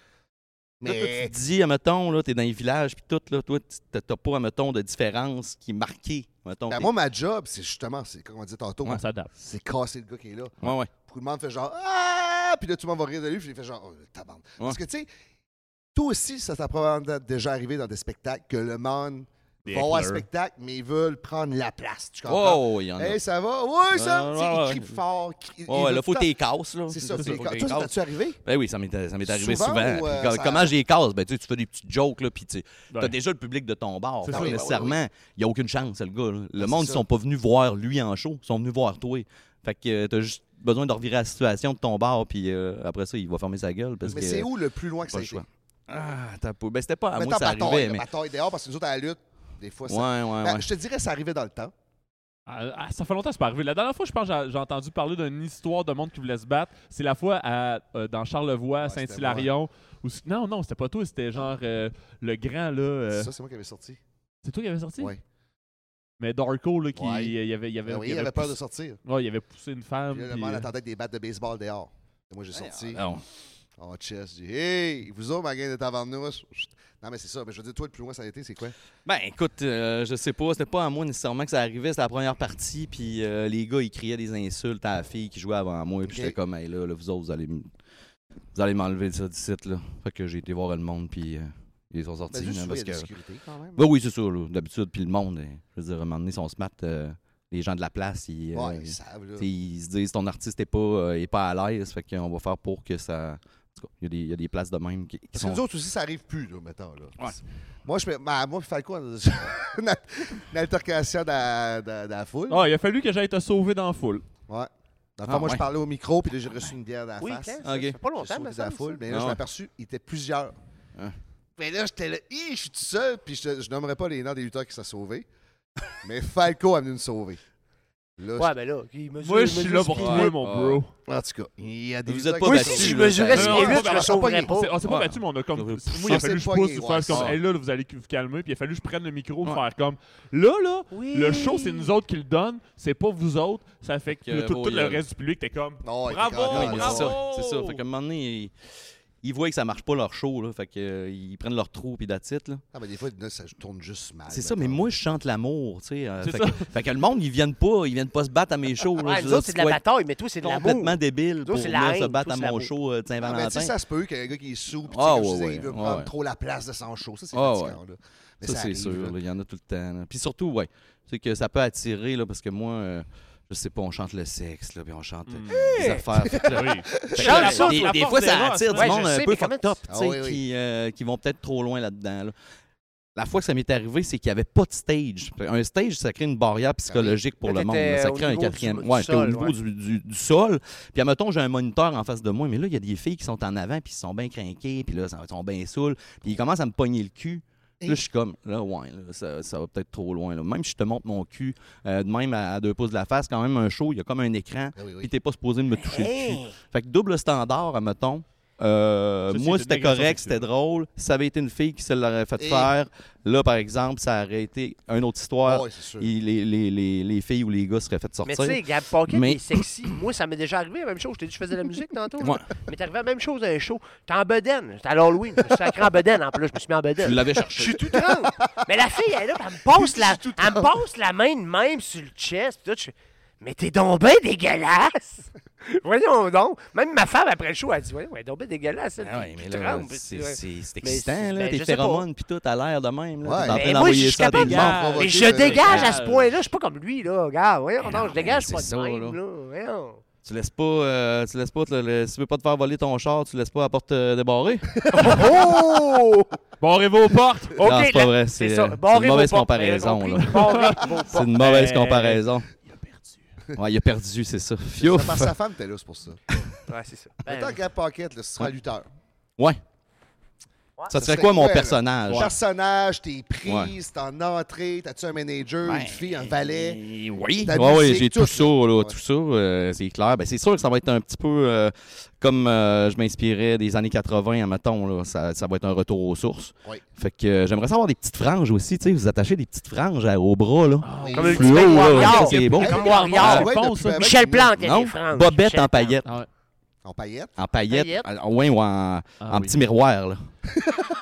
Là, toi, tu Mais... te dis, admettons, là, t'es dans les villages, puis tout, là, toi, t- t'as t'as pas, admettons, de différence qui est marquée. Admettons, Ben, t'es- moi, ma job, c'est justement, c'est comme on dit tantôt, On s'adapte. c'est casser le gars qui est là. Ouais, ouais. Tout le monde fait genre Ah! Puis là, tout le monde va rire de lui, puis il fait genre Oh, le tabarnak. Parce que, tu sais, toi aussi, ça t'a probablement déjà arrivé dans des spectacles que le monde Des va voir un hecklers. spectacle, mais ils veulent prendre la place. Tu comprends? Oh, il y en a. Hey, ça va? Oui, ça! Tu Ouais, sais, ouais, ils ouais. crient fort. ils crient- Ouais, ils ouais, là, veulent faut tout que le t'es casse, là. temps- C'est ça, faut c'est les que t'es Toi, ça casse. t'as-tu arrivé? Ben oui, ça m'est ça m'est arrivé Souvent souvent. ou, euh, Comme- ça- Comment j'ai les casse? Ben, tu sais, tu fais des petites jokes, là, puis tu as Ouais. déjà le public de ton bar. C'est Fait ça. que Ben Oui, nécessairement, il n'y a aucune chance, le gars. là. Le c'est monde, ils ça. sont pas venus voir lui en show, ils sont venus voir toi. Fait que tu as juste besoin de revirer la situation de ton bar, puis euh, après ça, il va fermer sa gueule. Parce Mais que, c'est où le plus loin que ça Pas a le été? choix. Ah, t'as pas. Ben, c'était pas à moi Mettons que ça bataille, arrivait, là, mais. bataille dehors, parce que nous autres, à la lutte, des fois, Ouais, ça... ouais, Ben, ouais. Je te dirais, ça arrivait dans le temps. Ah, ah, ça fait longtemps que c'est pas arrivé. La dernière fois, je pense, que j'ai- j'ai entendu parler d'une histoire de monde qui voulait se battre. C'est la fois à, euh, dans Charlevoix, à Ouais, c'était Saint-Hilarion. où c- Non, non, c'était pas toi, c'était genre euh, le grand, là. euh, Ça, c'est moi qui avais sorti. C'est toi qui avais sorti? Ouais. Mais Darko, là, qui Ouais. il y avait, il y avait, Ben oui, il il y avait peur de poussé- sortir. Ouais, il avait poussé une Ah, femme. Puis là, le puis, monde euh, attendait avec des battes de baseball dehors. Et moi, j'ai sorti. Non. Oh, chess. J'ai dit, hey, vous autres, ma gang est avant nous. Non, mais c'est ça. Mais je veux dire, toi, le plus loin, ça a été, c'est quoi? Ben, écoute, euh, je sais pas, c'était pas à moi nécessairement que ça arrivait, c'était la première partie, puis euh, les gars, ils criaient des insultes à la fille qui jouait avant moi, Ok. puis j'étais comme, hey, là, là, vous autres, vous allez, m- vous allez m'enlever ça d'ici, là. Fait que j'ai été voir le monde, puis euh, ils sont Ben, sortis, juste là, suivi parce à la que... sécurité, quand même. Ben oui, c'est ça, là, d'habitude, puis le monde, euh, je veux dire, à un moment donné, si on se mate, euh, les gens de la place, ils, euh, Ouais, ils savent, là. t'sais, ils se disent, ton artiste est pas, euh, est pas à l'aise, fait qu'on va faire pour que ça... En tout cas, il y a des- il y, a des places de même qui, qui Parce que sont... nous autres aussi, ça arrive plus, là, mettons. Là. Ouais. Moi, je fais. ma- moi, je fais quoi? Une al- une altercation dans, dans- dans la foule. Ah, il a fallu que j'aille te sauver dans la foule. Ouais. Dans le Oh. Ah, fond, moi, ouais. je parlais au micro, puis là, j'ai reçu une bière dans la Oui, quand? face. Ça, Ok. ça fait pas J'ai longtemps, sauté mais dans la foule, mais là, Ah je ouais. m'ai aperçu, il était plusieurs. Ah. Mais là, j'étais là, Hi, je suis tout seul, puis je, je nommerai pas les noms des lutteurs qui s'ont sauvés. mais Falco a venu nous sauver. Là, Ouais, ben là, il mesure- Moi, il je suis mesure là ce pour qu'il toi, veut. mon Ah. bro. En tout cas, il y a des Vous lutteurs êtes pas qui Moi sont- aussi, battus, je là, mesurais ça- ce qu'il Non, est non, vite, je on le s'est pas sauverais pogné. pas. C'est- On s'est pas Ouais. battu, mais on a comme. Moi, On il a s'est fallu que je pogné, pousse pour ouais, faire comme. ça. Hey, là, là, vous allez vous calmer. Puis il a fallu que je prenne le micro pour Ouais. faire comme. Là, là, Oui. le show, c'est nous autres qui le donne. C'est pas vous autres. Ça fait que Que oh, tout, vos tout le gueules. reste du public, t'es comme. Non, il était Bravo, content, Ah, il mais était c'est content. ça, bravo! c'est ça. Fait qu'à un moment donné, ils, ils voient que ça marche pas leur show, là. Fait que, euh, ils prennent leur trou et d'attitude, là. Ah, mais des fois, là, ça tourne juste mal. C'est ça, ben mettons. mais moi, je chante l'amour, tu sais. euh, C'est fait, ça. Que, fait que le monde, ils viennent pas, ils viennent pas se battre à mes shows, là. Ouais, Je veux nous dire, autres, c'est de la tu dois être bataille, mais toi, c'est de l'amour. complètement débile Nous pour autres, c'est la venir se haine, battre toi, à c'est mon l'amour. show euh, Ah, de mais tu sais, Saint-Valentin. ça se peut qu'il y ait un gars qui est sous, puis Ah, tu sais, comme je ouais, disais, ouais, il veut ouais, prendre ouais. trop la place de son show. Ça, c'est Ah, fatigant, là. Mais Ça, c'est arrive, sûr, là. là, il y en a tout le temps. là. Puis surtout, ouais, c'est que ça peut attirer, là, parce que moi, euh, je sais pas, on chante le sexe, là, puis on chante Mm. euh, les affaires. Fait que là, Oui. Fait que Chante là, ça, des, la des force fois, des ça races. attire Ouais, du je monde un sais, peu mais comment fucked up, tu- tu sais, Ah oui, oui. qui, euh, qui vont peut-être trop loin là-dedans. là. La fois que ça m'est arrivé, c'est qu'il n'y avait pas de stage. Un stage, ça crée une barrière psychologique pour Là, le monde. Ah t'étais, là. Ça euh, au crée un niveau du- quatrième. du Ouais, j'étais au sol, niveau ouais. du, du- du sol. Puis, admettons, j'ai un moniteur en face de moi, mais là, il y a des filles qui sont en avant, puis ils sont bien craquées, puis là, ils sont bien saoules. Puis, ils commencent à me pogner le cul. Là, je suis comme, là, ouais, là, ça, ça va peut-être trop loin. là. Même si je te montre mon cul, euh, de même à, à deux pouces de la face, quand même, un show, il y a comme un écran, Ah oui, oui. puis t'es pas supposé de me toucher le cul. Hey! Fait que double standard, admettons. Euh, Ça, c'est moi, une c'était agression correct, sexuelle. c'était drôle. Ça avait été une fille qui se l'aurait fait Et- faire. Là, par exemple, ça aurait été une autre Ah histoire. oui, c'est sûr. Il- les, les- les- les filles ou les gars seraient fait Mais sortir. tu sais, Gab Pocket Mais- est sexy. Moi, ça m'est déjà arrivé, la même chose. Je t'ai dit, je faisais de la musique tantôt. Ouais. Mais t'es arrivé à la même chose à un show. T'es en bedaine. J'étais à l'Halloween. Je me suis sacré en bedaine. En plus, je me suis mis en tu bedaine. l'avais cherché. Je suis tout tremble. Mais la fille, elle est là, puis elle me passe la, elle me passe la main de même sur le chest. puis tout, je fais, mais t'es donc ben dégueulasse! voyons donc! Même ma femme, après le show, elle dit Voyons, elle est donc ben dégueulasse. elle, Ah ouais, puis mais tu là, trembles, puis c'est tu- ouais. c'est- c'est Mais excitant, c'est- là. ben, Tes je sais pas. phéromones, puis tout, à l'air de même. là. Ouais. T'es en train Mais moi, je d'envoyer suis ça à des capable de- gars. provoquer, Mais je euh, dégage à ce euh, point-là, je suis pas comme lui, là, regarde, voyons, Mais non, non, je dégage mais pas c'est de ça, même, là. là, voyons. Tu laisses pas, euh, tu laisses pas te- le- si tu veux pas te faire voler ton char, tu laisses pas la porte euh, débarrée. Oh! Barrez-vous aux portes! Oh, OK, non, la- c'est pas vrai, c'est ça. euh, c'est Barrez une vos mauvaise portes, comparaison. mais là. compris. Barrez vos C'est portes. une mauvaise Euh, comparaison. Ouais, il a perdu, c'est ça. Fiouf. Parce que sa femme était là, c'est pour ça. Ouais, c'est ça. En tant que Gab Pocket, là, ce sera lutteur. Ouais. Ça serait quoi mon là? personnage? Personnage, tes prises, ton entrée, t'as-tu un manager, une fille, un valet? Eh Oui, La Ouais, ouais, musique, j'ai tout, tout ça, là, ouais. tout ça, euh, c'est clair. Ben, c'est sûr que ça va être un petit peu euh, comme euh, je m'inspirais des années 80, mettons, là. Ça, ça va être un retour aux sources. Oui. Fait que euh, j'aimerais savoir des petites franges aussi, tu sais, vous attachez des petites franges à- au bras, là. Oui. Comme le Fluo, petit là, Warrior. ça, c'est beau. Hey, Comme mais Warrior. on doit être Bon, depuis ça. avec Michel nous. Blanc, il y a Non, des franges. bobette Michel en Blanc. paillettes. Ah ouais. En paillettes. En paillettes. Paillettes. Ah, ouais, ou en, Ah en oui. petit miroir, là.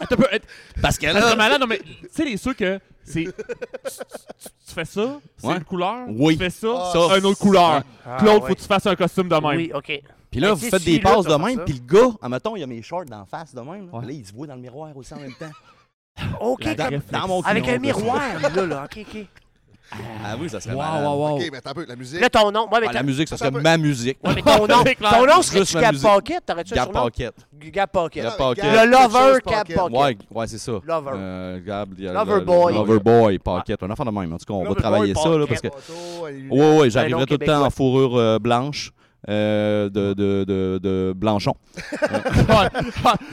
Attends un peu, attends, Parce que ça serait là, malade, non, mais tu sais, les ceux que c'est. Tu, tu- tu fais ça, c'est Ouais. une couleur. Oui. Tu fais ça, Ah, c'est une autre couleur. Ah, Claude, ouais. faut que tu fasses un costume de même. Oui, OK. Puis là, Mais vous tu sais, faites des celui-là, passes ça de va même, ça. puis le gars, admettons, il a mes shorts d'en face de même. là. Ouais. Là, il se voit dans le miroir aussi en même temps. OK, comme- Dans mon avec cul. un miroir, là, là, OK, OK. Ah oui, ça serait malade. Waouh, waouh, OK, waouh. mais attends un peu, la musique. Là, ton nom, ouais, mais Ah, la t'as- musique, ça serait Attends un peu. ma musique. ouais, mais ton nom, C'est clair. ton nom serait-tu Juste la Gab musique. Pocket? T'aurais-tu un Gab surnom? Pocket. Gab Pocket. Gab Non, mais Pocket. Gab- Le lover quelque chose, Gab Pocket. Ouais, ouais, c'est ça. Lover. Euh, Gab, il y a Lover le- boy. Ah. Lover boy, Pocket. Un enfant de même. En tout cas, on Lover va travailler boy, ça, là, parce Pocket. que. Photo, elle- Ouais, ouais, Un nom j'arriverai tout le temps québécois. en fourrure euh, blanche. euh, de, de, de, de Blanchon.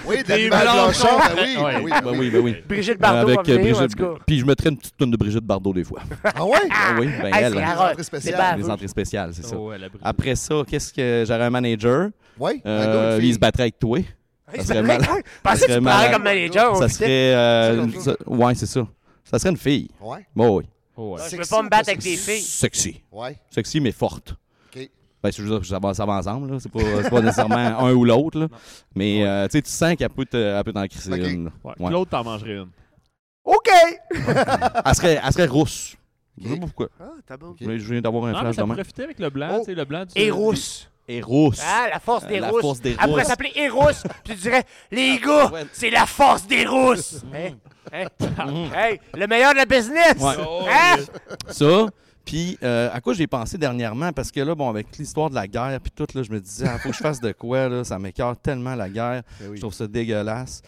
Oui, de Des l'animal blancs. blanchon, ben oui, Ouais. ben oui, Ben ben oui, ben oui. Brigitte Bardot va euh, venir, en Brigitte- tout cas. Puis je mettrai une petite tonne de Brigitte Bardot des fois. Ah ouais? Ah oui, ben Ah, elle, c'est hein, la- Entrée spéciale. c'est bave. les entrées spéciales, c'est ça. Oh, elle a brisé. Après ça, qu'est-ce que j'aurais un manager. Oui, un euh, gars, une lui, il fille. se battrait avec toi. Je Ça serait malade. pensais que serait tu parlais malade. comme manager. on Ça fitait. serait. euh, C'est comme ça. ça- ouais, c'est ça. Ça serait une fille. Ouais, Bon, oui. Oh, ouais. Je veux Sexy pas ou me pas battre avec des filles. Sexy. ouais. Sexy, mais forte. OK. Ben, c'est juste ça va, ça va ensemble, là. C'est pas, c'est pas nécessairement un ou l'autre, là. Mais euh, tu sais, tu sens qu'elle peut te- elle peut t'en crisser Ok. une. là. Ouais. Ouais. Claude, t'en mangerais une. OK! Elle, serait, elle serait rousse. Je sais Ok. pas pourquoi. Ah, t'as bon. Je viens d'avoir un Non, mais flash de ça main. profitait avec le blanc, Oh. tu sais, le blanc du. Et rousse. Et rousse. Ah, la force Euh, des la rousses. force des Elle pourrait rousses. Ah, s'appeler Hérousse. Puis tu dirais, les gars, ouais. Mm. c'est la force des rousses. Hein? Hein? Hey, le meilleur de la business. Ouais. Oh, Hein? Ça. Puis, euh, à quoi j'ai pensé dernièrement, parce que là, bon, avec l'histoire de la guerre, puis tout, là, je me disais, ah, faut que je fasse de quoi, là, ça m'écarte tellement la guerre, Ben oui. je trouve ça dégueulasse.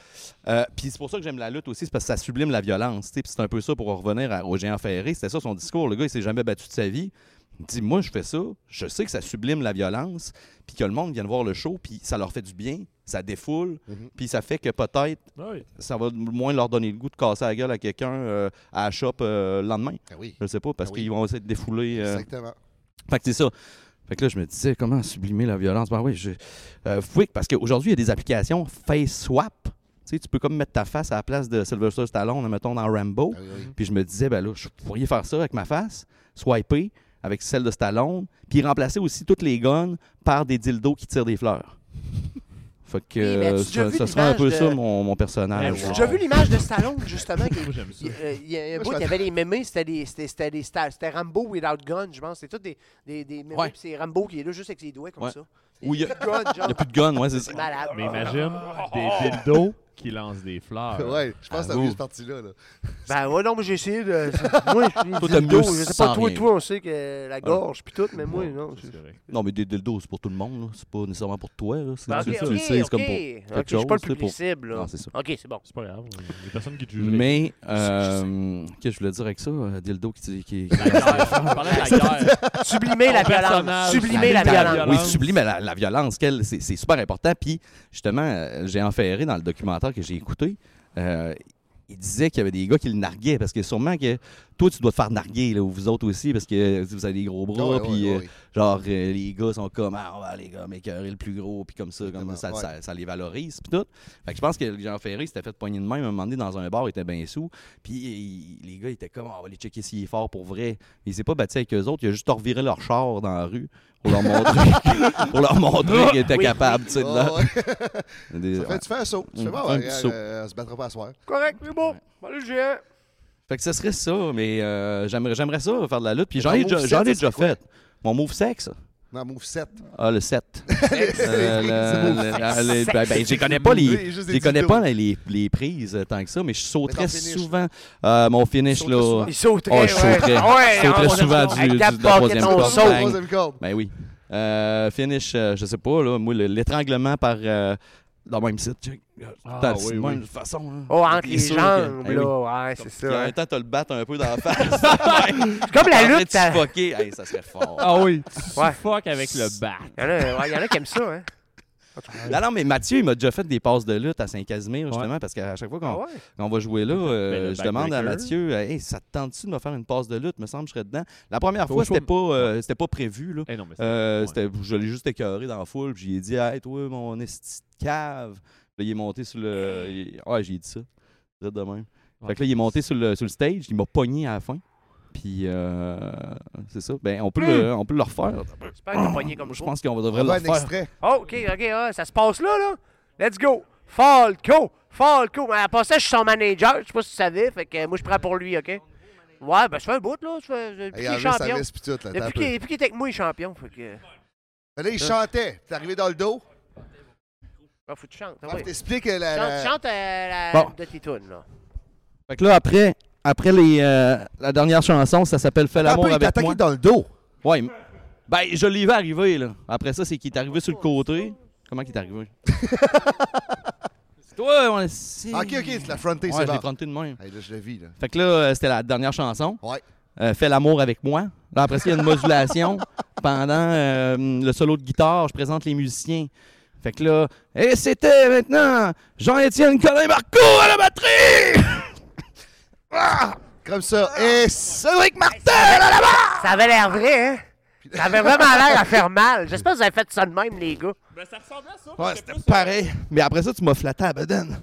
Euh, puis c'est pour ça que j'aime la lutte aussi, c'est parce que ça sublime la violence, tu sais, puis c'est un peu ça pour revenir à- au géant ferré, c'était ça son discours, le gars, il s'est jamais battu de sa vie. Il dit, moi, je fais ça, je sais que ça sublime la violence, puis que le monde vient de voir le show, puis ça leur fait du bien, ça défoule, Mhm. puis ça fait que peut-être Ouais. ça va moins leur donner le goût de casser la gueule à quelqu'un euh, à la shop euh, le lendemain. Ah oui, Je sais pas, parce Ah oui. qu'ils vont essayer de défouler. euh, exactement. Fait que c'est ça. Fait que là, je me disais, comment sublimer la violence? Ben oui, je... euh, fouic, parce qu'aujourd'hui, il y a des applications face swap. Tu sais, tu peux comme mettre ta face à la place de Sylvester Stallone, mettons, dans Rambo. Euh. Ah oui, oui. Puis je me disais, ben là, je pourrais faire ça avec ma face, swiper avec celle de Stallone, puis remplacer aussi toutes les guns par des dildos qui tirent des fleurs. Fait que Oui, mais as-tu euh, déjà ça, vu ça serait un peu l'image de- ça, mon, mon personnage. J'ai déjà vu l'image de Stallone, justement. qui- Moi, j'aime ça. Il euh, il y a un Moi, bout, je il y avait les mémés, c'était des- c'était- c'était des sta- c'était Rambo without gun, je pense. C'était tous des, des, des mémés, Ouais. puis c'est Rambo qui est là juste avec ses doigts comme Ouais. ça. Où il y a- Plus de gun, genre. Il n'y a plus de guns, ouais, c'est ça. Malade. Mais imagine des dildos qui lancent des fleurs. Ouais, je pense que Ah, t'as vu vous. cette partie-là. là. Ben ouais, non, mais j'ai essayé de. Moi, je suis Toi, t'aimes dildo, mieux Je sais sans pas, toi, rien. toi, on sait que la Voilà. gorge, puis tout, mais moi, Ouais, non. C'est c'est- correct. Non, mais des dildos, c'est pour tout le monde. là. C'est pas nécessairement pour toi. Là. C'est Ben, tu- ok, tu ok, le sais, c'est ok. comme pour Ok, quelque Je suis pas le chose, public c'est pour- cible, là. Non, c'est ça. Ok, c'est bon. C'est pas grave. Il y a personne qui te juge. Mais, euh, qu'est-ce que je voulais dire avec ça? euh, Dildo qui... qui, qui- La guerre. On parlait de la guerre. Sublimer la Ton personnage, violence. Sublimer la la violence. violence. Oui, sublime la, la violence, quelle- c'est c'est super important. Puis, justement, euh, j'ai enferré dans le documentaire que j'ai écouté. euh, il disait qu'il y avait des gars qui le narguaient parce que sûrement que toi tu dois te faire narguer là, ou vous autres aussi parce que tu- vous avez des gros bras Ah Ouais, ouais, puis ouais, euh, ouais. genre euh, les gars sont comme ah on va, les gars m'écœurer le plus gros puis comme ça comme Exactement, ça, ouais. ça, ça les valorise puis tout. Fait que je pense que Jean Ferré s'était fait pogner de même un moment donné dans un bar, il était bien sous puis euh, il- les gars ils étaient comme Ah, on va les checker s'il est fort pour vrai. Il s'est pas battu avec eux autres, il a juste reviré leur char dans la rue pour leur montrer pour leur montrer qu'il était Oui, capable, tu sais, de Ah, leur- ouais. des- Ça fait, tu fais un saut. Tu fais, Mm, bon, un ouais, petit euh, saut. euh, on se battra pas à soir. Correct, c'est bon. Allez, j'ai un. Fait que ce serait ça, mais euh, j'aimerais, j'aimerais ça, faire de la lutte. Puis j'en ton ai, move déjà- set, j'en ai ça déjà serait quoi? fait. Mon move sexe? Non, move 7. Ah, le Euh, 7. sexe. ben, J'y connais pas les, Oui, juste des j'y connais dildos. pas les, les- les prises euh, tant que ça, mais je sauterais Mais ton finish, souvent euh, mon finish. Saute là. souvent. Il sauterait. Oh, je sauterais. Ah ouais, Je sauterais on va- souvent du- Avec du- ta de la barquette, troisième on corde. saute. Ben, Troisième corde. Ben oui. Euh, finish, euh, je sais pas, là, moi, le- l'étranglement par. euh, dans le même site, check. Ah, Dans- oui, de oui. même façon. là. Oh, entre les Les sauts, là, jambes, que- Eh oui. là. Ouais, c'est Puis en ça. hein. même temps, t'as le battre un peu dans la face. C'est comme la Arrête lutte. de ça- suffoquer. Hey, ça serait fort. Ah oui, tu Ouais. fuck avec le bat. Il y en a- ouais, il y en a qui aiment ça, hein. Non, non, mais Mathieu, il m'a déjà fait des passes de lutte à Saint-Casimir, justement, parce qu'à chaque fois qu'on Ah ouais? qu'on va jouer là, euh, Ben, le je demande à backbreaker. Mathieu, euh, Hey, ça te tente-tu de me faire une passe de lutte? Me semble que je serais dedans. La première Faut fois, chaud- c'était pas, euh, c'était pas prévu. Là. Eh non, mais c'est- Euh, ouais. c'était- Je l'ai juste écœuré dans la foule, puis j'ai dit, hey, toi, mon esti de cave. Puis là, il est monté sur le. il- Ouais, j'ai dit ça. Direct De même. Fait que là, il est monté sur le, sur le stage, il m'a pogné à la fin. Puis, euh, c'est ça. Ben, on peut, Hmm. le, on peut le refaire. J'espère que t'as pogné comme Je ça. pense qu'on devrait On le va un refaire. extrait. Oh, OK, OK, ouais, ça se passe là, là. Let's go. Falco, Falco. Mais à part ça, je suis son manager, je sais pas si tu savais, fait que euh, moi, je prends pour lui, OK? Ouais, ben, je fais un bout, là. je fais- Depuis Il qu'il a est enlevé sa champion. veste puis tout. Là, attends un Depuis peu. qu'il depuis qu'il est avec moi, il est champion, fait que... Là, il chantait. T'es arrivé dans le dos. Ah, faut que tu chantes, ah Ah, oui. T'expliques euh, la... Chante, la- chante euh, la Bon. de tes tunes, là. Fait que là, après, après les, euh, la dernière chanson, ça s'appelle Fais Attends un l'amour peu, il t'a avec moi. attaqué dans le dos. Ouais. m- Ben, je l'ai vu arriver, là. Après ça, c'est qu'il est arrivé sur le côté. Comment qu'il est arrivé? c'est toi, on est... Ah, OK, OK, tu l'as fronté, Ouais, c'est je l'ai bon. fronté de même. Hey, là, je le vis, là. Fait que là, euh, c'était la dernière chanson. Ouais. Euh, Fais l'amour avec moi. Là, après ça, il y a une modulation. Pendant euh, le solo de guitare, je présente les musiciens. Fait que là, et c'était maintenant Jean-Étienne Colin-Marco à la batterie! Ah! Comme ça. Ah. Et Cédric Martel à la batterie! Ça avait l'air vrai, hein? Ça avait vraiment l'air à faire mal. J'espère que vous avez fait ça de même, les gars. Ben, ça ressemblait à ça. Ouais, parce que c'était plus, pareil. Mais après ça, tu m'as flatté à la bedaine.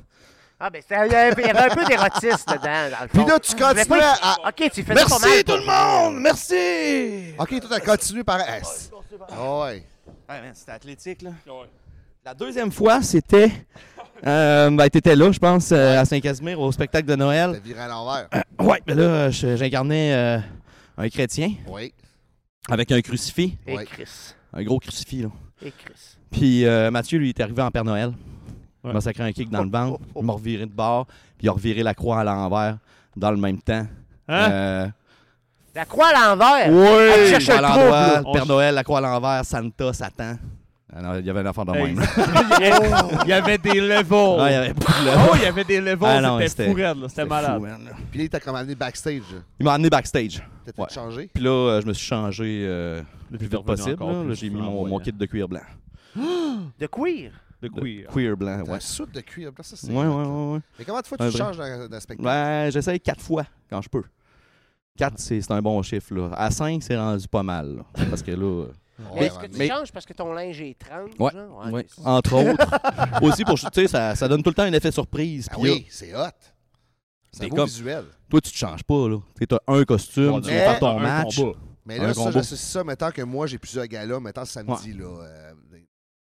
Ah, ben, c'était- il y avait il y avait un peu d'érotisme dedans, dans le fond. Puis là, tu Je voulais pas continuais y- à... OK, tu fais ça pas mal. Merci tout pour- le monde! Merci! OK, toi, t'as continué par... Ah, c'est- Ah, ouais. c'était athlétique, là. euh, ouais. La deuxième fois, c'était. Euh, ben, t'étais là, je pense, euh, à Saint-Casimir, au spectacle de T'as Noël. viré à l'envers. Ouais, mais là, je- j'incarnais euh, un chrétien Oui. avec un crucifix, Et Ouais. Chris. un gros crucifix, là. Et Chris. Puis euh, Mathieu, lui, il est arrivé en Père Noël. Ouais. Il m'a sacré un kick dans le ventre, il m'a reviré de bord, puis il a reviré la croix à l'envers dans le même temps. Hein? Euh, La croix à l'envers. Oui! Elle cherche Croix le à trouble, l'endroit, là. le Père Noël, la croix à l'envers, Santa, Satan. Ah non, il y avait un enfant de Hey, même. il, y avait, il y avait des levels. Ah, il y avait beaucoup de- Oh, il y avait des levels. Ah non, c'était c'était- fou raide, là. C'était C'était malade. fou, man, là. Puis là, il t'a comme amené backstage. Il m'a amené backstage. T'as Ouais. tout changé. Puis là, euh, je me suis changé euh, Le le plus vite possible. là. Là, J'ai mis mon, mon kit de cuir blanc. De queer. de De queer. Cuir blanc, T'as ouais. une soupe de cuir. Ça, c'est... Ouais, ouais, ouais. ouais. Mais comment de fois Un tu vrai. changes dans, dans le spectacle? Ben, j'essaye quatre fois quand je peux. Quatre, c'est c'est un bon chiffre. Là. À cinq, c'est rendu pas mal. là. Parce que là, euh, Mais Ouais, est-ce que tu mais- changes parce que ton linge est 30? Ouais, genre? ouais, Ah. c'est ça. entre autres. Aussi, pour, tu sais, ça, ça donne tout le temps un effet surprise. Ah puis là, oui, c'est hot. C'est T'es un beau comme- visuel. Toi, tu te changes pas, là. Tu sais, T'as un costume, Ouais, tu mais- vas faire ton Un match. combat. Mais Un là, ça, combo. je- c'est ça, mettons que moi, j'ai plusieurs galas, mettons samedi, là, euh,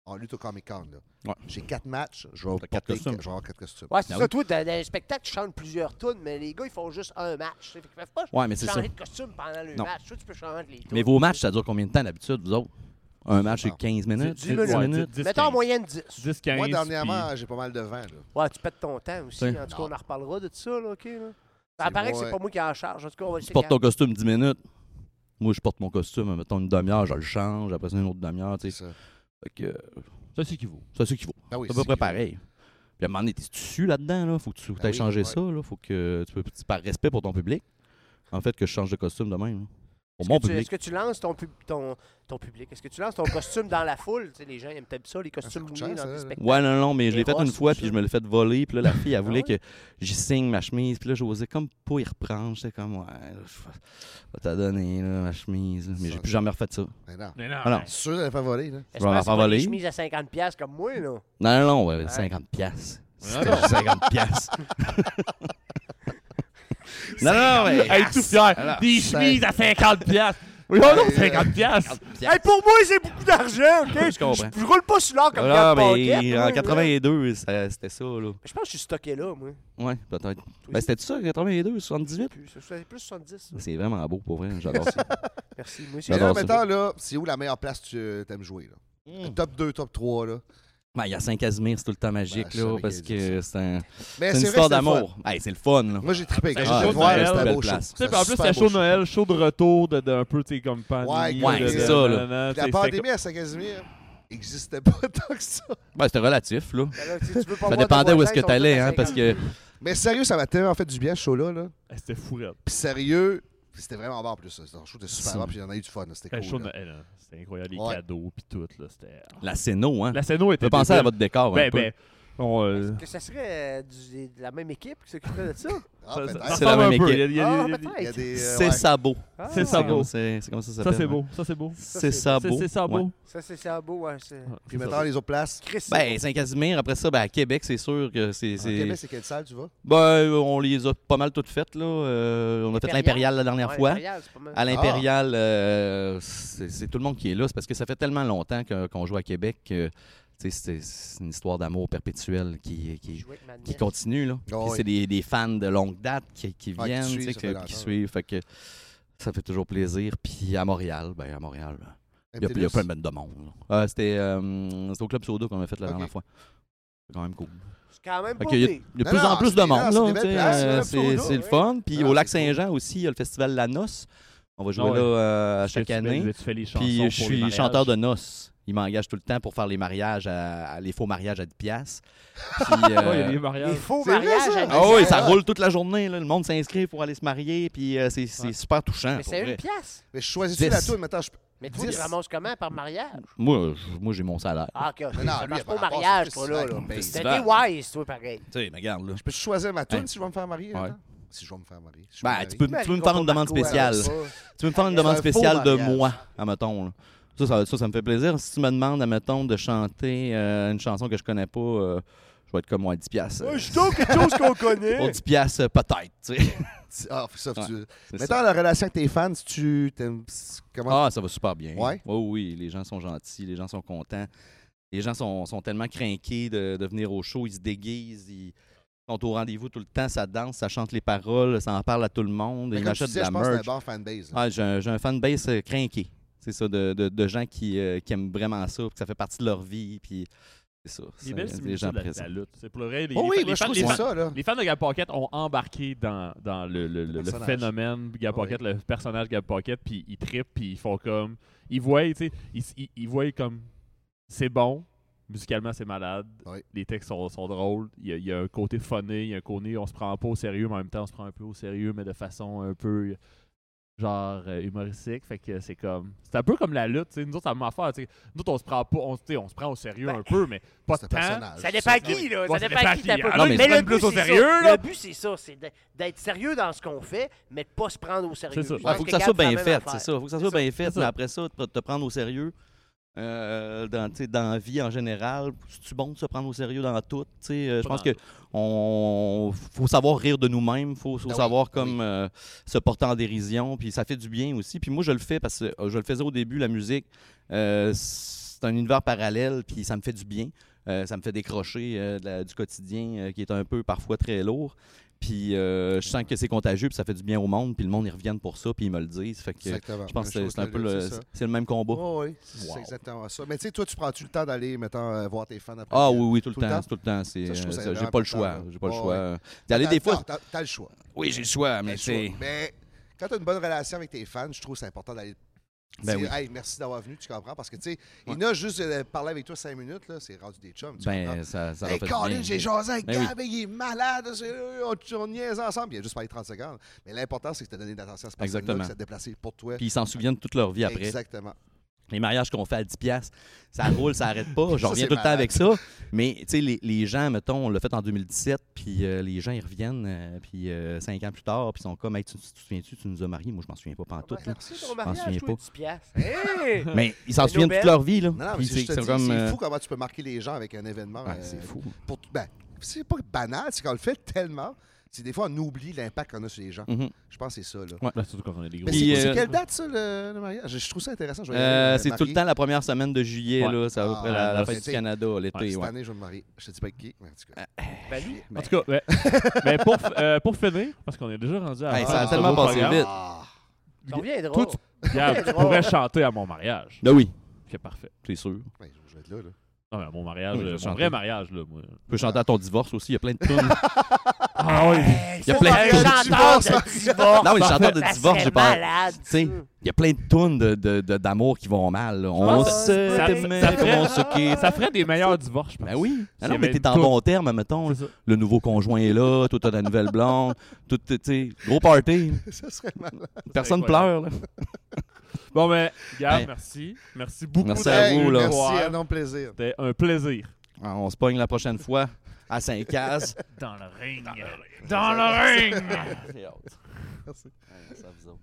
en lutte au Comic-Con, là. Ouais. J'ai quatre matchs, je vais, T'as porter quatre costumes. je vais avoir quatre costumes. Ouais, c'est Ah ça. oui. Toi, dans, dans le spectacle, tu chantes plusieurs tunes, mais les gars, ils font juste un match. Fait qu'ils peuvent pas Ouais, mais c'est changer ça. de costume pendant le Non. match. Toi, tu peux changer entre les tunes. Mais vos matchs, ça dure combien de temps d'habitude, vous autres? Un match, c'est Bon. 15 minutes? Dix 10 minutes. minutes? Mettons en moyenne 10. 10, 15. Moi, dernièrement, j'ai pas mal de vent, là. Ouais, tu pètes ton temps aussi. T'sais. En tout cas, on en reparlera de ça, là, OK? Là. Ça C'est apparaît que moi. c'est pas moi qui en charge. En tout cas, on va Tu essayer. portes ton costume 10 minutes. Moi, je porte mon costume, mettons une demi-heure, je le change. Après ça, une autre demi-heure, tu C'est sais. ça. Fait que, euh, Ça, c'est qui vaut. c'est ça qui vaut. Ah oui, C'est à peu c'est- près pareil. Puis à un moment donné, t'es dessus là-dedans, là. Faut que tu ailles oui, changer ouais. ça, là. Faut que tu peux, c'est par respect pour ton public, en fait, que je change de costume de même. là. Pour Est-ce mon que tu- public. Est-ce que tu lances ton, pub- ton, ton public? Est-ce que tu lances ton costume dans la foule? Tu sais, les gens aiment peut-être Ah, ça, les costumes coûte cher, mouillés dans ça, des là. spectacles. Ouais, non, non, mais je Les l'ai fait une rosses, fois, tout ça. puis Ah je me l'ai fait voler. Puis là, la fille, elle voulait ouais? que j'y signe ma chemise. Puis là, j'osais comme pas y reprendre. J'étais comme, ouais, là, je vais je vais t'en donner là, ma chemise. Mais j'ai plus jamais refait ça. Mais non. Mais non, Ah non. mais- Sûr de la faire voler, là. Je Je vais en pense faire pas des voler. chemises à 50$ piastres comme moi, là. Non, non, non, ouais, 50 piastres. C'était juste 50 piastres. non, non, non, mais... Hey, tout fier. Alors, des ça- chemises à 50 piastres. Oui, oh non, Ouais, 50 piastres. piastres. Hey, pour moi, c'est beaucoup d'argent, OK? Je comprends. Je, je roule pas sur l'or comme Ah, Gab Paquette, mais moi, en là. 82, ça- c'était ça, là. Je pense que je suis stocké là, moi. Ouais, peut-être. Ben, c'était ça, 82, 78? Plus, ça, c'est plus 70. ça. C'est vraiment beau, pour vrai. hein, J'adore ça. Merci. Moi, c'est Mais là, J'adore ça. mettons, là, c'est où la meilleure place que tu aimes jouer, là? Top 2, top 3, là. Ben, il y a Saint-Casimir, c'est tout le temps magique, Ben, je là, savais parce qu'il allait que c'est un- Mais c'est une c'est vrai que histoire c'est le fun. d'amour. Hey, c'est le fun, là. Moi, j'ai trippé. Quand Ben, j'ai chaud été de le voir, Noël, c'était un belle beau show. place. Tu sais, C'était puis en plus, super c'était beau chaud de Noël, chaud de retour de- d'un peu, tu sais, comme Panini. Ouais, de- c'est de- ça, là. nanana, Puis La t'sais, pandémie à Saint-Casimir n'existait pas tant que ça. Ben, c'était relatif, là. Ben là, tu sais, tu veux pas Ça voir dépendait tes où voisins, est-ce que ils sont tous à t'allais, hein, parce 50. que... Mais sérieux, ça m'a tellement fait du bien, ce show-là, là. c'était- C'était fourette. Puis sérieux, c'était vraiment bon en plus. ça. Le show était super C'est- bon, puis il y en a eu du fun. là. C'était Hey, chaud cool. de là. Noël, hein. C'était incroyable, les Ouais. cadeaux, puis tout, là. C'était. La Céno, hein. La scéno était. Fais penser à débile. votre décor, un Ben, peu. ben. on, euh, Que ça serait euh, du- de la même équipe qui s'occuperait de ça? Ah, ça- peut-être. ça C'est la ressemble même un peu. équipe. Il y a- il y a- Ah, il y a- Il y a peut-être. des, euh, C'est ouais. sabot. Ah, C'est ça. C'est Sabot. comme, c'est- c'est comme ça ça Ça, s'appelle. hein. c'est ouais. beau. Ça, c'est beau. C'est C'est- sabot. C'est ça, ouais. beau. Ça, c'est ça, beau, ouais. C'est... Puis C'est maintenant, ça. les autres places. Chris, c'est Ben, Saint-Casimir, après ça, ben, à Québec, c'est sûr que c'est... En c'est- Québec, c'est quelle salle tu vas? Ben, on les a pas mal toutes faites, là. Euh, on a fait Impérial. l'Impérial la dernière Ouais, fois. Impérial, c'est pas mal. Ah. À l'Impérial, euh, c'est c'est tout le monde qui est là. C'est parce que ça fait tellement longtemps que- qu'on joue à Québec que tu sais, c'est c'est une histoire d'amour perpétuelle qui, Je qui, jouais avec ma qui nièce. continue. là. Ah Puis oui. c'est des, des fans de longue date qui, qui Ah, qui viennent, suivent, tu sais, ça que- fait qui, longtemps. suivent. Fait que ça fait toujours plaisir. Puis à Montréal, ben, à Montréal, ben, il y a- il y a MTLUS? plein de de monde. là. Euh, C'était euh, c'était au Club Soda qu'on a fait la Ok. dernière fois. C'est quand même cool. C'est quand même Fait beau. qu'il y a- t'es. Il y a Non, de plus non, en plus c'est de des- monde. non, c'est là, des belles tu sais, places, euh, là, C'est Soda, c'est le ouais. fun. Puis Non, au c'est lac cool. Saint-Jean aussi, il y a le festival La Noce. On va jouer Ah ouais. là euh, à chaque Tu fais- année. Tu fais les chansons. Puis pour je les suis mariages. chanteur de noces. Il m'engage tout le temps pour faire les mariages, à, à- les faux mariages à 10 piastres. Puis, Ouais, il y a euh, des Les mariages. faux C'est vrai, mariages ça? à Ah oui, ça Ouais. roule toute la journée. là. Le monde s'inscrit pour aller se marier. Puis euh, c'est c'est Ouais. super touchant. Mais pour c'est vrai. une pièce. Mais je choisis-tu Dix. la tour maintenant? Je... Mais toi, tu Dix. ramasses comment par mariage? Moi, je- moi, j'ai mon salaire. Ah, ok. Mais Mais non, ça lui, marche il pas au va avoir mariage, son toi, là. festival, là. ben, il C'était se des bat. wise, toi, pareil. Tu sais, mais regarde, là. Je peux choisir ma toune Hein. si je vais me faire marier? Ouais. attends? Si je vais me faire marier. si je Ben, me marie. tu peux, tu peux me faire une demande spéciale. Tu peux me faire une C'est demande un faux spéciale de mariage. moi, admettons. là. Ça ça, ça, ça me fait plaisir. Si tu me demandes, admettons, de chanter euh, une chanson que je connais pas, euh, je vais être comme moi à 10 piastres. Ouais, je trouve quelque chose qu'on Pour connaît. 10 piastres, euh, peut-être. tu sais. Tu- Ah, faut ça, faut Ouais, tu... C'est ça. Mettons la relation avec tes fans, si tu t'aimes. Comment? Ah, ça va super bien. Ouais? Oui, oui, les gens sont gentils, les gens sont contents. Les gens sont, sont tellement crainqués de, de venir au show, ils se déguisent, ils sont au rendez-vous tout le temps, ça danse, ça chante les paroles, ça en parle à tout le monde, Mais ils comme tu achètent disais, de la je pense que c'est un merch. bon fanbase. là. Ah, j'ai un, j'ai un fanbase euh, crainqué, c'est ça, de, de- de gens qui, euh, qui aiment vraiment ça, puis que ça fait partie de leur vie, puis c'est ça. Des c'est- belles les similitudes de gens la- de présents. la lutte. C'est pour le vrai. les- Oh les- oui, les moi, je fans- trouve que les c'est fans- ça, là. Les fans de Gab Pocket ont embarqué dans, dans le, le- le- le personnage. Ah phénomène Gab Pocket, le personnage Gab Pocket, puis ils trippent, puis ils font comme. Ils voient, tu sais, ils, ils- ils voient comme. C'est bon, musicalement c'est malade, Oui. les textes sont, sont drôles, il y, a, il y a un côté funny, il y a un côté on se prend pas au sérieux, mais en même temps on se prend un peu au sérieux, mais de façon un peu genre euh, humoristique. Fait que c'est comme. C'est un peu comme la lutte, tu sais. Nous autres, ça m'a affaire, tu sais. Nous autres, on se prend pas, on, tu sais, on se prend au sérieux Ben, un peu, mais pas C'est un tant. personnage. hein? Ça dépend à qui, là. Ouais, Ça dépend à qui t'as pas. Alors, mais ils se le prennent but, plus au c'est ça. sérieux, là. Le but, c'est ça. C'est de- d'être sérieux dans ce qu'on fait, mais de pas se prendre au sérieux. C'est ça. Je Il pense faut que ça Gab soit fait la bien même fait, affaire. c'est ça. faut que ça soit bien fait. ça. mais après ça, te, te prendre au sérieux. euh, dans, tu sais, dans la vie en général, c'est bon de se prendre au sérieux dans tout. tu sais, euh, je Pas pense dans que on faut savoir rire de nous-mêmes, faut, faut Ah oui, savoir comme euh, se porter en dérision, puis ça fait du bien aussi. Puis moi je le fais parce que euh, je le faisais au début la musique, euh, c'est un univers parallèle, puis ça me fait du bien, Euh, ça me fait décrocher euh, de la- du quotidien euh, qui est un peu parfois très lourd. Puis euh, je sens que c'est contagieux, puis ça fait du bien au monde, puis le monde ils reviennent pour ça, puis ils me le disent. Fait que Exactement. je pense Même que c'est- chose c'est un que peu la le, lutte, c'est ça. c'est le même combat. Oh, oui, c'est Wow. c'est exactement ça. Mais tu sais, toi, tu prends-tu le temps d'aller, mettons, euh, voir tes fans après? Ah oui, oui, tout le Tout le temps, temps? tout le temps. c'est, Ça, je trouve ça euh, ça, J'ai vraiment pas le important, choix, là. j'ai pas le Ah choix. ouais. euh, D'aller T'as- des fois, t'as- T'as t'as le choix. oui j'ai le choix, T'as mais le c'est... ben, choix. Mais quand t'as une bonne relation avec tes fans, je trouve que c'est important d'aller Ben Dire, oui. Hey, merci d'avoir venu, tu comprends? Parce que, tu sais, il n'a juste euh, parlé avec toi cinq minutes, là, c'est rendu des chums. Tu comprends? Ben, ça, ça leur hey, fait Colin, bien. j'ai jasé avec Ben oui. Gab, il est malade, c'est- on, on niaise ensemble. Il a juste parlé 30 secondes. Mais l'important, c'est que tu as donné de l'attention à ce personne-là, Exactement. qui s'est déplacé pour toi. Puis ils s'en souviennent toute leur vie après. Exactement. les mariages qu'on fait à 10 piastres, ça roule, ça arrête pas. Ça, J'en reviens c'est tout le temps malade. avec ça. Mais tu sais, les, les gens, mettons, on l'a fait en 2017, puis euh, les gens, ils reviennent, euh, puis euh, cinq ans plus tard, puis ils sont comme, hey, tu, tu te souviens-tu, tu nous as mariés? Moi, je m'en souviens pas pantoute. là. Merci ton m'en mariage, souviens toi, pas. 10 piastres. Hey! Mais ils s'en Les souviennent Nobel. toute leur vie, là. Non, non, mais Puis c'est- je te c'est dis, comme, c'est euh, fou comment tu peux marquer les gens avec un événement. ouais, euh, c'est fou. pour- ben, c'est pas banal, c'est qu'on le fait tellement, c'est des fois, on oublie l'impact qu'on a sur les gens. Mhm. Je pense que c'est ça, là. Ouais. Ben, surtout quand on a des gros. Mais Puis, c'est c'est euh, quelle date, ça, le, le mariage? Je- Je trouve ça intéressant. je vais y aller, Euh, euh, c'est tout marier. le temps la première semaine de juillet, Ouais. là. C'est à peu Ah, près la, la ouais, fête c'est- du Canada, l'été. Cette ouais. Ah, année, je vais me marier. Je te dis pas avec qui, mais en tout cas. Ben, lui, En tout cas, ouais. mais pour, euh, pour finir, parce qu'on est déjà rendu à. la Hey, fin ça a de ce tellement beau passé programme, vite. Ah, t'en reviendras. Toi, Gab, tu pourrais chanter à mon mariage. Ben oui, C'est parfait. c'est sûr. ben, je vais être là, là. Non, mais à mon mariage, Oui, je euh, vais mon chanter. vrai mariage, là, moi. Tu peux chanter à ton divorce aussi, il y a plein de tunes. Ah oui! Il y a plein de un tunes. chanteur de divorce. Non, mais le chanteur de Ça divorce, serait j'ai pas. malade, Tu sais, il y a plein de tunes de- de- de- d'amour qui vont mal. là. On pense que se ça- aimait ça ferait- comme on se quitte. Ça ferait des meilleurs divorces, je pense. Ben oui. S'il Ah y non, mais avait t'es en une bon terme, mettons. C'est ça. Le nouveau conjoint est là, toi t'as la nouvelle blonde, tout, tu sais, gros party. Ça serait malade. Personne pleure, incroyable. là. Bon, ben, Gab, Hey. merci. Merci beaucoup. Merci d'être à Hey, vous, là. venu nous voir. Merci, un long plaisir. C'était un plaisir. Ah, On se pogne la prochaine fois à Saint-Caz. Dans le ring. Dans le ring. J'ai hâte. Merci. Ouais, ça vous autres.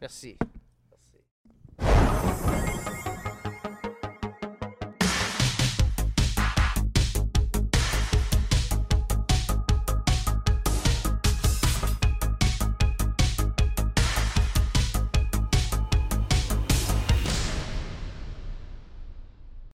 Merci.